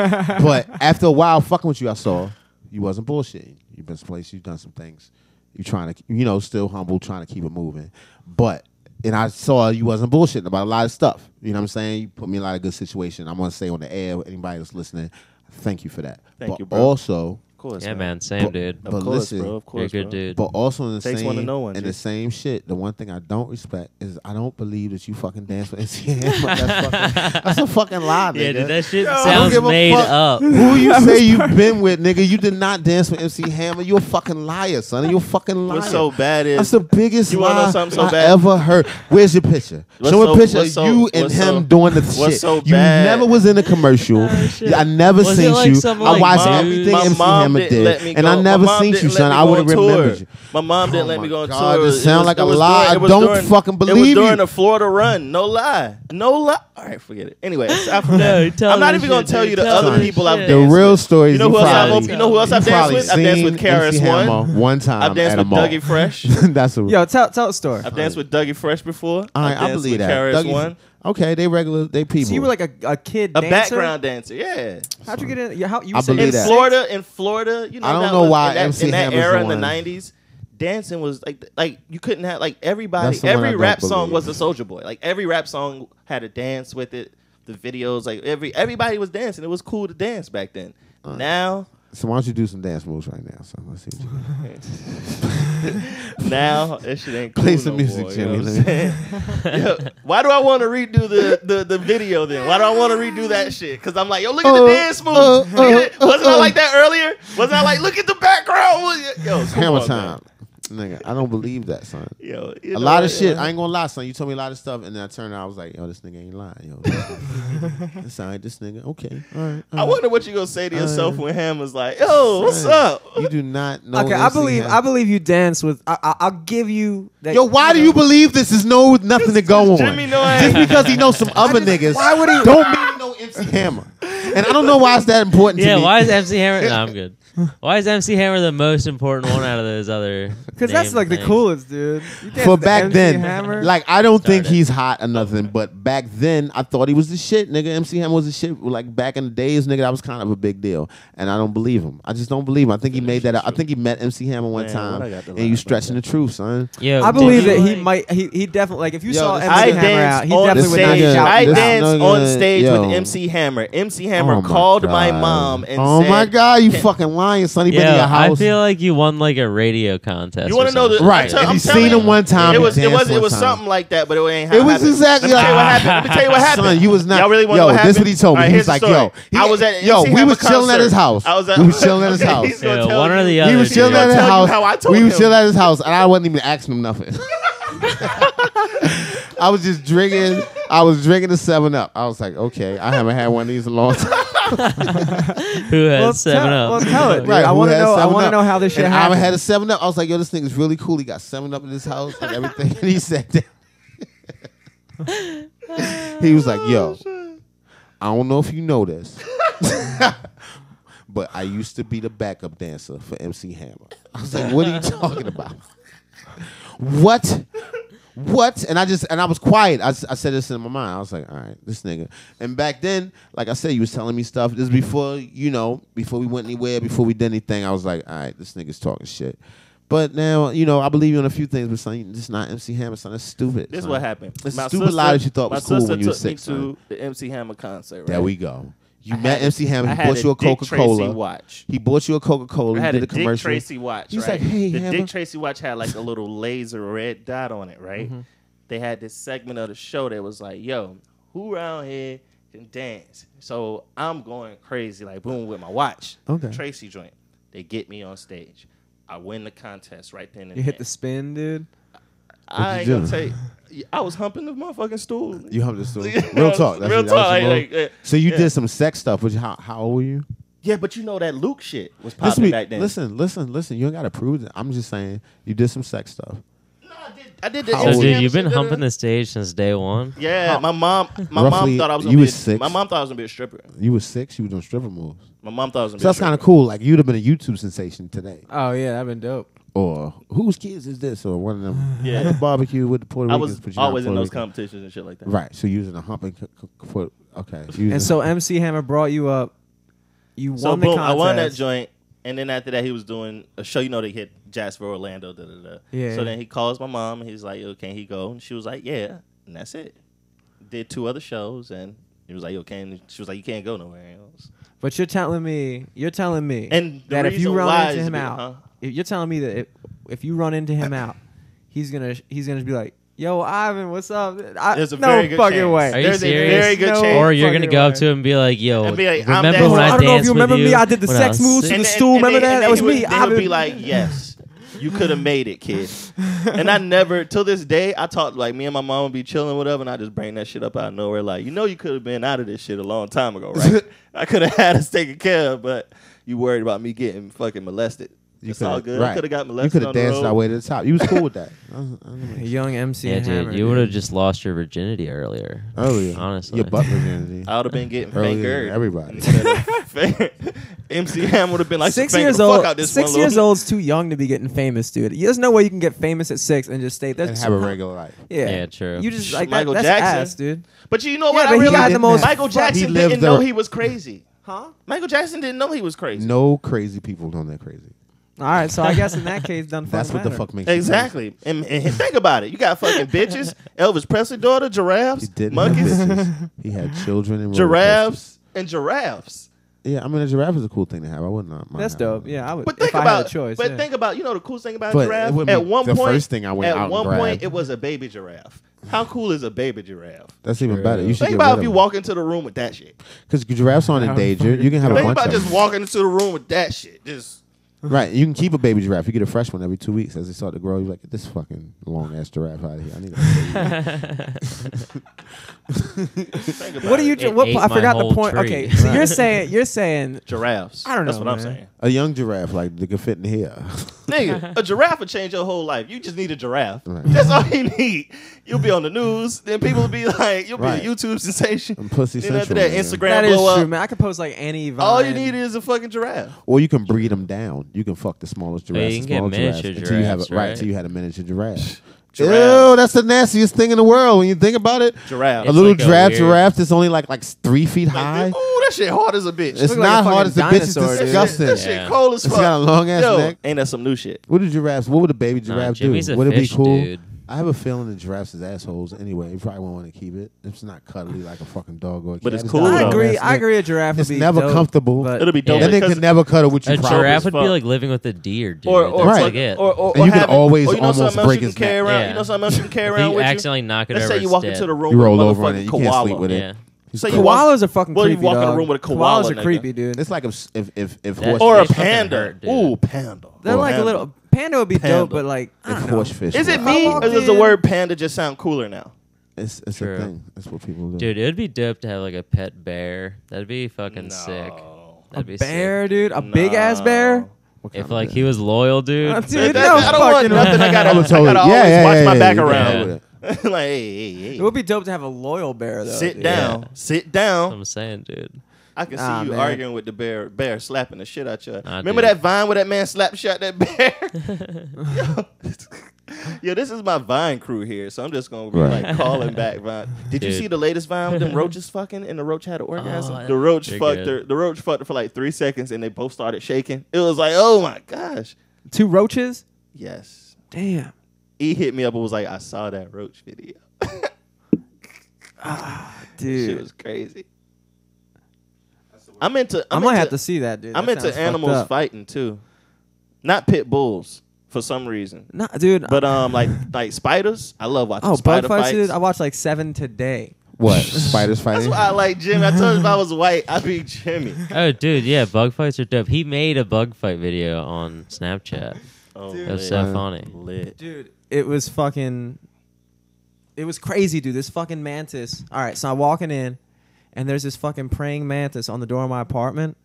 S4: but after a while fucking with you, I saw you wasn't bullshitting. You've been some places, you've done some things. You trying to, you know, still humble, trying to keep it moving. But and I saw you wasn't bullshitting about a lot of stuff. You know what I'm saying? You put me in a lot of good situation. I'm gonna say on the air, anybody that's listening, thank you for that.
S1: Thank
S4: but
S1: you, bro.
S4: also,
S1: Of course,
S2: Yeah, man, same
S4: But-
S2: dude.
S4: but
S1: Of course,
S4: listen,
S1: bro. Of
S2: You're a
S1: course,
S2: good
S1: bro.
S2: dude.
S4: but also in the
S1: Takes
S4: same
S1: one to know one,
S4: in
S1: Jay.
S4: the same shit, the one thing I don't respect is I don't believe that you fucking
S1: <laughs>
S4: dance with NCAA. that's, fucking, that's a fucking lie, nigga.
S2: yeah, dude, that shit
S4: I don't
S2: sounds
S4: give a
S2: made
S4: fuck <laughs>
S2: up.
S4: Who you say you've been with, nigga? You did not dance with MC Hammer. You're a fucking liar, son. You're a fucking liar.
S1: What's so bad
S4: that's
S1: is
S4: the biggest
S1: You wanna know
S4: lie
S1: something so
S4: I
S1: bad?
S4: ever heard. Where's your picture?
S1: What's
S4: Show
S1: so-
S4: a picture of
S1: what's so-
S4: you and
S1: what's
S4: him
S1: so-
S4: doing the shit.
S1: so
S4: you
S1: bad? Oh,
S4: never was in a commercial.
S2: shit.
S4: I never
S2: Was it
S4: seen
S2: like
S4: you.
S2: some,
S4: I
S2: like,
S4: watched
S2: mom-
S4: everything
S2: my
S4: MC
S1: mom didn't
S4: Hammer did,
S1: let me
S4: and
S1: go-
S4: I
S1: my
S4: never
S1: mom
S4: seen
S1: didn't
S4: you,
S1: let
S4: son.
S1: me
S4: I
S1: go
S4: would have
S1: on tour.
S4: remembered you.
S1: My mom didn't
S4: Oh
S1: let me
S4: my
S1: go on
S4: God,
S1: tour.
S4: this
S1: It
S4: sound
S1: was-
S4: like
S1: it
S4: a
S1: was
S4: lie.
S1: during-
S4: I
S1: it was
S4: don't
S1: during-
S4: fucking
S1: It
S4: believe
S1: was
S4: you.
S1: during the Florida run. No lie. No lie. All right, forget it. Anyway, aside
S4: <laughs>
S1: from
S2: No,
S1: that,
S2: tell
S1: I'm not
S2: that
S1: even gonna
S2: shit,
S1: tell
S2: dude.
S1: you the
S2: Tell
S1: other
S2: that
S1: people I've
S2: shit.
S1: danced
S4: The real
S1: with.
S4: stories.
S1: You know who else I've
S4: probably-
S1: op- you know who else I've
S4: you
S1: danced
S4: probably
S1: with? I've danced with
S4: seen MC
S1: KRS-One.
S4: Hammer One time
S1: I've danced
S4: at a
S1: with
S4: mall.
S1: Dougie Fresh.
S4: <laughs> That's a
S5: <laughs> Yo, tell tell the story.
S1: I've danced with Dougie Fresh before.
S4: All
S1: I've
S4: right, I
S1: danced
S4: believe
S1: with
S4: that.
S1: KRS
S4: Dougie-
S1: One.
S4: Okay, they regular, they people.
S5: So you were like a, a kid
S1: A
S5: dancer?
S1: background dancer, yeah.
S5: How'd you get in? you- How, you
S4: I
S5: said
S4: believe
S5: you
S1: In
S4: that.
S5: were six?
S1: Florida, in Florida, you know,
S4: I don't
S1: that
S4: know
S1: was-
S4: why
S1: in that,
S4: MC
S1: in that
S4: Hammer's
S1: era
S4: the
S1: in the
S4: one.
S1: '90s, dancing was like like you couldn't have like everybody.
S4: That's the one I
S1: Every
S4: don't
S1: rap song
S4: believe.
S1: was a Soldier Boy. Like every rap song had a dance with it. The videos, like every everybody was dancing. It was cool to dance back then.
S4: Uh.
S1: Now,
S4: so why don't you do some dance moves right now? So let's see. What you got.
S1: now that shit ain't cool
S4: Play some
S1: no
S4: music,
S1: more,
S4: Jimmy.
S1: You know what I'm saying?
S4: <laughs>
S1: Yo, why do I want to redo the, the the video then? Why do I want to redo that shit? Because I'm like, yo, look at
S4: Uh,
S1: the dance moves.
S4: uh,
S1: Look at it. <laughs>
S4: uh,
S1: Wasn't I
S4: uh.
S1: like that earlier? Wasn't I like, look at the background? Yo, <laughs> come
S4: Hammer
S1: on, man.
S4: time, nigga. I don't believe that, son.
S1: Yo, you
S4: A
S1: know
S4: lot of
S1: what?
S4: shit. I ain't gonna lie, son. You told me a lot of stuff, and then I turned out. I was like, yo, this nigga ain't lying.
S1: <laughs>
S4: Yo, it's all right. This nigga, okay, all right. all
S1: I
S4: right.
S1: wonder what you gonna say to yourself
S4: Uh,
S1: when Hammer's like, "Yo, what's
S4: Son,
S1: up?"
S4: You do not know.
S5: Okay, I
S4: MC
S5: believe
S4: Hammer.
S5: I believe you dance with. I, I, I'll give you. That,
S4: Yo, why do
S5: know.
S4: you believe this is no nothing to go on?
S1: Jimmy know I
S4: Just
S1: ain't-
S4: because he knows some other niggas.
S5: why would he-
S4: Don't mean he know MC Hammer. And I don't know why it's that important
S2: Yeah,
S4: to me.
S2: why is MC Hammer? No, I'm
S4: <laughs>
S2: good. Why is MC Hammer the most important one out of those other?
S5: Because that's
S2: name
S5: like the
S2: things?
S5: coolest, dude. You can't
S4: For
S5: say
S4: back
S5: MC
S4: then,
S5: Hammer.
S4: like I don't think
S2: Started.
S4: he's hot or nothing, but back then I thought he was the shit, nigga. MC Hammer was the shit. Like back in the days, nigga, that was kind of a big deal, and I don't believe him. I just don't believe him. I think he made that. I think he met MC Hammer one
S1: Man,
S4: time,
S1: what I got to
S4: and
S1: lie
S4: you
S1: about
S4: stretching the
S1: that?
S4: truth, son.
S2: Yo,
S5: I
S2: did
S5: believe
S2: you
S5: that he
S2: like-
S5: might. He he definitely like if you
S4: Yo,
S5: saw
S4: this-
S5: MC
S1: I
S5: Hammer out,
S1: danced
S5: he
S1: on
S5: definitely would not
S4: stage.
S5: shout
S4: I
S5: you out.
S4: danced-
S1: danced on
S4: Yo.
S1: stage with MC Hammer. MC Hammer
S4: Oh my
S1: called my
S4: God.
S1: mom and
S4: "Oh
S1: said,
S4: my god, you fucking lying, son. He been in
S2: Yo,
S4: your
S2: I
S4: house."
S2: feel like you won like a radio contest.
S1: You
S2: or
S1: want to know the
S2: something.
S4: Right.
S1: I'm tell-
S4: If
S1: I'm
S4: you
S1: telling
S4: seen him one time,
S1: It
S4: you
S1: was it
S4: danced
S1: was it
S4: one
S1: was
S4: time.
S1: something like that, but it ain't.
S4: It was
S1: happened.
S4: exactly
S1: Let me tell you what
S4: like-
S1: happened. Let me tell you what happened.
S4: Son, you was not.
S1: Y'all really want
S4: yo,
S1: to know what
S4: this
S1: happened?
S4: what he told me.
S1: All right,
S4: he
S1: here's
S4: was
S1: the
S4: like,
S1: story.
S4: yo, he-
S1: I was at
S4: yo,
S1: MC
S4: we
S1: Hammer
S4: was chilling at his
S1: concert.
S4: house.
S1: I was at,
S4: we was chilling at his house.
S1: He's gonna
S2: Yeah,
S1: tell
S2: one or
S1: you.
S2: the other.
S4: He was
S2: dude.
S4: chilling
S1: I'll
S4: at his
S1: tell you
S4: house.
S1: how I told
S4: we was
S1: him.
S4: chilling at his house, and I wasn't even asking him nothing. <laughs> I was just drinking. I was drinking a Seven Up. I was like, okay, I haven't had one of these in a long time.
S2: Who has
S5: Well,
S2: seven
S5: tell-
S2: up?
S5: well,
S1: <laughs>
S5: tell it. Dude, I
S4: who
S5: wanna
S4: has
S5: know- I
S4: 7
S5: wanna
S4: Up?
S5: know how this <laughs> shit
S4: and I haven't <laughs>
S5: happened.
S4: had a Seven Up. I was like, yo, this nigga's really cool. He got Seven Up in his house and everything. and he said that. <laughs> he was like,
S5: <laughs> Oh,
S4: yo, I don't know if you know this, but I used to be the backup dancer for MC Hammer. I was like, what are you talking about? What? What? And I just and I was quiet. I, s- I said this in my mind. I was like, all right, this nigga. And back then, like I said, you was telling me stuff. This is before you know, before we went anywhere, before we did anything. I was like, all right, this nigga's talking shit. But now, you know, I believe you on a few things, but son, this is not MC Hammer, son. That's stupid.
S1: This is
S4: son.
S1: what happened.
S4: It's
S1: My
S4: stupid
S1: sister-
S4: lie that you thought
S1: my
S4: was cool
S1: sister
S4: when you were
S1: took me
S4: six, son.
S1: to the MC Hammer concert. Right?
S4: There we go. You
S1: I
S4: met
S1: had a-
S4: MC Hammer.
S1: I
S4: He
S1: had
S4: bought you a
S1: Dick
S4: Coca
S1: Tracy
S4: Cola.
S1: watch.
S4: He bought you a Coca Cola.
S1: I
S4: He
S1: had
S4: did
S1: a
S4: a
S1: Dick
S4: commercial.
S1: Tracy watch.
S4: He's
S1: right?
S4: like, "Hey,
S1: the
S4: Hammer."
S1: Dick Tracy watch had like a little laser red dot on it, right?
S4: Mm-hmm.
S1: They had this segment of the show that was like, "Yo, who around here can dance?" So I'm going crazy, like boom with my watch.
S4: Okay.
S1: Tracy joint. They get me on stage. I win the contest right then. And
S5: You hit the
S1: there.
S5: spin, dude.
S1: I ain't
S4: What'd you
S1: gonna tell you. I was humping the motherfucking stool.
S4: You
S1: <laughs>
S4: humped the stool. Real talk. That's
S1: Real
S4: it. That was
S1: talk,
S4: your
S1: like-
S4: move?
S1: like, uh,
S4: so you
S1: yeah.
S4: did some sex stuff. Which how how old were you?
S1: Yeah, but you know that Luke shit was
S4: Listen,
S1: popping
S4: we-
S1: back then.
S4: listen, listen, listen. You ain't gotta prove it. I'm just saying you did some sex stuff.
S1: No, I did. I did the
S4: How
S2: So,
S4: old-
S2: dude,
S1: Instagram
S2: you've been
S1: shit, da-da-da.
S2: humping the stage since day one.
S1: Yeah, my mom. My
S4: Roughly,
S1: mom thought I was. Gonna
S4: you
S1: be
S4: was
S1: a,
S4: six.
S1: My mom thought I was gonna be a stripper.
S4: You was six. You was doing stripper moves.
S1: My mom thought I was gonna
S4: So
S1: be a
S4: that's kind
S1: stripper.
S4: of cool. Like you'd have been a YouTube sensation today.
S5: Oh yeah, that'd been dope.
S4: Or whose kids is this? Or one of them.
S1: <laughs> Yeah.
S4: At the barbecue with the Puerto
S1: I
S4: Ricans.
S1: was
S4: but you're not
S1: always in
S4: Puerto
S1: those
S4: Rican.
S1: competitions and shit like that.
S4: Right. So using a humping. c- c- for, okay. using-
S5: And so MC Hammer brought you up. You won
S1: So
S5: the
S1: boom,
S5: contest.
S1: I won that joint, and then after that, he was doing a show. You know, they hit Jasper Orlando. Da, da, da.
S5: Yeah,
S1: So
S5: yeah.
S1: then he calls my mom, and he's like, "Yo, can he go?" And she was like, "Yeah," and that's it. Did two other shows, and he was like, "Yo, can?" She was like, "You can't go nowhere else."
S5: But you're telling me, you're telling me,
S1: And the
S5: that if you
S1: reason
S5: run
S1: why
S5: into
S1: is
S5: him
S1: be-
S5: out,
S1: huh?
S5: if you're telling me that if, if you run into him out, he's gonna he's gonna be like, "Yo, Ivan, what's up?" I,
S1: There's a
S5: no
S1: very good
S5: fucking
S1: chance.
S5: way.
S2: Are you
S1: There's a
S2: serious?
S1: very good
S5: No
S1: chance.
S2: Or you're gonna
S5: fucking
S2: go up
S5: way.
S2: to him and be like, "Yo,
S1: And be like, I'm
S2: remember
S1: that-
S2: when
S1: I
S2: I,
S1: don't
S5: know if
S2: danced
S5: you
S2: with
S5: remember me. I did the
S2: when I
S5: sex
S2: was
S5: moves to
S2: six?"
S5: the stool, remember that?
S1: and
S5: That was
S1: he
S5: me.
S1: Would, they
S5: I
S1: would be
S5: would-
S1: like, "Yes, you could have made it, kid." and I never, till this day, I talk like me and my mom would be chilling, whatever, and I just bring that shit up out of nowhere. Like, you know, you could have been out of this shit a long time ago,
S5: <laughs>
S1: right? I could have had us taken care of, but you worried about me getting fucking molested.
S4: you
S1: it's all
S4: coulda-
S1: good. I could have got
S4: You
S1: molested.
S4: could have
S1: on the
S4: danced
S1: road.
S4: our way to the top. You was cool with
S1: <laughs>
S4: that. I was- I was-
S5: Young MC
S2: Yeah,
S5: Hammer.
S2: dude, you would have just lost your virginity earlier.
S4: earlier.
S2: <laughs> honestly.
S4: Oh, Your butt
S1: <laughs>
S4: virginity.
S1: I would have been getting
S4: Earlier than
S1: fingered. <laughs>
S4: everybody.
S1: Everybody. MC Ham would have been like,
S5: six
S1: "Finger
S5: years
S1: the
S5: old.
S1: Fuck out this
S5: six
S1: one,
S5: years
S1: little-"
S5: old's too young to be getting famous, dude. There's no way you can get famous at six and just stay. There's
S4: and have a regular life.
S5: <laughs> Yeah,
S2: Yeah, true.
S5: You just like
S1: Michael
S5: that, that's
S1: Jackson.
S5: ass, dude.
S1: But you know
S5: Yeah,
S1: what?
S5: but
S1: I
S5: he
S1: realized
S5: had the most-
S1: Michael
S5: He
S1: Jackson
S4: lived
S1: didn't
S4: the-
S1: know he was crazy.
S5: Huh? All
S1: Michael Jackson didn't know he was crazy.
S4: No crazy people doing that crazy.
S5: right, so I guess in that case,
S1: <laughs>
S5: done.
S4: That's what the fuck makes you crazy.
S1: Exactly. And, and think about it. You got fucking
S4: <laughs>
S1: bitches, Elvis Presley daughter,
S4: He
S1: giraffes,
S4: didn't
S1: monkeys,
S4: have bitches. He had children and roller
S1: <laughs>
S4: coasters.
S1: giraffes, and giraffes.
S4: Yeah, I mean a giraffe is a cool thing to have. I would not mind.
S5: That's
S4: having
S5: dope.
S4: one.
S5: Yeah, I would.
S1: But
S5: if
S1: think
S5: I
S1: about
S5: had a choice,
S1: but
S5: yeah.
S1: think about you know the cool thing about
S4: But it
S1: giraffe.
S4: wouldn't
S1: At
S4: be
S1: one
S4: the
S1: point,
S4: first thing I went
S1: at
S4: out and
S1: one point
S4: grabbed.
S1: it was a baby giraffe. How cool is a baby giraffe?
S4: That's even better. You should
S1: Think
S4: get
S1: about
S4: rid
S1: if you
S4: of
S1: walk into the room with that shit.
S4: because giraffes aren't endangered. You can have a
S1: Think
S4: bunch
S1: about
S4: of
S1: just
S4: them.
S1: walking into the room with that shit. Just
S4: Right. You can keep a baby giraffe. You get a fresh one every two weeks. As they start to grow, you're like, get this fucking long ass giraffe out of here. I need a baby.
S5: What do you?
S2: It
S5: What,
S2: ate
S5: I
S2: my
S5: forgot the
S2: whole
S5: point.
S2: tree.
S5: Okay, so you're saying you're saying
S1: Giraffes.
S5: I don't
S1: That's
S5: know,
S1: what I'm
S5: man.
S1: saying.
S4: a young giraffe like that could fit in here. <laughs>
S2: <laughs>
S1: Nigga, a giraffe would change your whole life. You just need a giraffe.
S4: Right.
S1: That's all you need. You'll be on the news. Then people will be <laughs> like, you'll
S4: Right.
S1: be a YouTube sensation.
S4: And Pussy
S1: Then after
S4: Central.
S1: that,
S4: man.
S1: Instagram
S5: that is
S1: blow up.
S5: true, man. I could post like any. Vine.
S1: All you need is a fucking giraffe.
S4: Or you can breed them down. You can fuck the smallest giraffe.
S2: Yeah, you can get
S4: small giraffe
S2: miniature
S4: until you have
S2: giraffes,
S4: a, right
S2: right?
S4: until you had a
S2: <laughs>
S4: miniature giraffe.
S1: Giraffe.
S4: Ew, that's the nastiest thing in the world. When you think about it,
S1: Giraffe.
S4: a
S2: It's
S4: little
S2: like a
S4: giraffe,
S2: weird-
S4: giraffe that's only like like three feet high.
S1: Like, ooh, that shit hard as a bitch.
S4: It's
S5: look like a
S4: not hard
S5: fucking
S4: as the bitch. It's
S5: dinosaur, dude.
S4: disgusting.
S1: That shit
S2: Yeah.
S1: cold as
S4: It's
S1: fuck.
S4: got a long ass
S1: Yo,
S4: neck.
S1: ain't that some new shit?
S4: What do giraffes? What would a baby <laughs>
S2: Nah,
S4: giraffe
S2: Jimmy's
S4: do?
S2: a
S4: Would it be
S2: fish,
S4: cool?
S2: dude.
S4: I have a feeling that giraffes is assholes anyway. You probably won't want to keep it. It's not cuddly like a fucking dog or a cat.
S1: But it's
S4: got a
S1: cool,
S4: long
S5: I
S1: though.
S4: ass
S5: agree.
S4: neck.
S5: I agree. A giraffe
S4: It's
S5: would be
S4: never
S5: dope,
S4: comfortable.
S5: but-
S1: It'll be dope.
S2: Yeah.
S4: And they
S1: because-
S4: could never cuddle with you.
S2: A
S4: probably.
S2: giraffe would be
S1: fuck.
S2: like living with a deer, dude.
S1: or or,
S2: That's
S4: Right.
S2: like it.
S1: or, or,
S4: And you
S1: or
S4: can
S1: having-
S4: always
S1: or you know
S4: almost
S1: something else
S4: break
S1: you can
S4: his
S1: carry
S4: neck.
S1: around.
S2: Yeah.
S1: You know something else you
S2: <laughs>
S1: can carry
S2: if
S1: around
S2: you
S1: with
S2: accidentally knock
S1: you.
S2: it
S1: Let's
S2: over,
S1: say you
S2: it's
S1: walk
S2: dead.
S1: into the room.
S4: You
S1: with a
S4: roll over on
S1: motherfucking
S4: it. You can't sleep
S1: koala.
S4: with
S2: Yeah.
S4: it. He's
S1: Say you
S4: cool.
S1: walk-
S5: Koalas are fucking
S1: Well, you
S5: creepy.
S1: walk in a
S5: dog.
S1: room with a koala,
S5: Koalas are
S1: nigga.
S5: creepy, dude.
S4: It's like if if if if
S2: That-
S4: horse
S1: or a
S2: They fucking
S1: panda.
S2: hurt, dude.
S1: Ooh, panda.
S5: They're
S1: Or
S5: like a
S1: panda.
S5: little panda would be
S1: Panda.
S5: dope, but like I
S4: if
S5: don't know.
S4: horse fish.
S1: Is it
S4: were-
S1: me or
S5: walked
S1: does the
S5: in-
S1: word panda just sound cooler now?
S4: It's it's
S2: True.
S4: a thing. That's what people do.
S2: Dude, it would be dope to have like a pet bear. That'd be fucking sick.
S5: A
S2: That'd be
S5: bear, dude, a big ass bear.
S2: sick.
S4: What kind
S2: If
S4: of
S2: like
S4: thing?
S2: he was loyal, dude.
S5: Dude, Dude,
S1: That-
S5: no
S1: I don't want
S5: fucking way.
S1: nothing. I gotta, I
S4: would totally-
S1: gotta
S4: yeah,
S1: always
S4: yeah,
S1: watch
S4: yeah,
S1: my
S4: yeah,
S1: back
S4: yeah.
S1: around.
S4: Yeah.
S1: <laughs> like, hey, hey,
S5: It
S1: hey.
S5: would be dope to have a loyal bear though.
S1: Sit
S5: dude.
S1: down, sit down.
S2: I'm saying, dude.
S1: I can see
S5: Nah,
S1: you
S5: man.
S1: arguing with the bear, bear slapping the shit out you.
S2: Nah,
S1: Remember
S2: dude.
S1: that vine where that man slap shot that bear? <laughs> Yo. Yo, this is my Vine crew here, so I'm just gonna be
S4: Right.
S1: like calling back Vine. Did you
S2: Dude.
S1: see the latest Vine with them roaches fucking and the roach had an orgasm?
S2: Oh,
S1: the roach
S2: they're
S1: fucked
S2: good.
S1: her, the roach fucked her for like three seconds and they both started shaking. It was like, oh my gosh.
S5: Two roaches.
S1: Yes.
S5: Damn.
S1: E hit me up and was like, I saw that roach video. Shit
S5: Dude,
S1: was crazy. I'm into.
S5: I
S1: I'm
S5: might
S1: into,
S5: have to see that, dude.
S1: I'm
S5: That
S1: into
S5: sounds fucked
S1: animals
S5: up.
S1: fighting too, not pit bulls for some reason.
S5: Nah, dude. uh,
S1: But um,
S5: <laughs>
S1: like like spiders, I love watching
S5: oh, bug
S1: spider
S5: fights,
S1: fights.
S5: dude. I watched like seven today.
S1: <laughs>
S4: what spiders
S1: That's
S4: fighting?
S1: why I like Jimmy. I told you if I was white, I'd be
S5: <laughs>
S1: Jimmy.
S2: Oh, dude, yeah, bug fights are dope. He made a bug fight video on Snapchat.
S1: Oh,
S5: Dude.
S2: It was
S1: lit.
S2: so
S4: Wow.
S2: funny.
S1: Lit.
S5: Dude, it was fucking. It was crazy, dude. This fucking mantis. All right, so I'm walking in, and there's this fucking praying mantis on the door of my apartment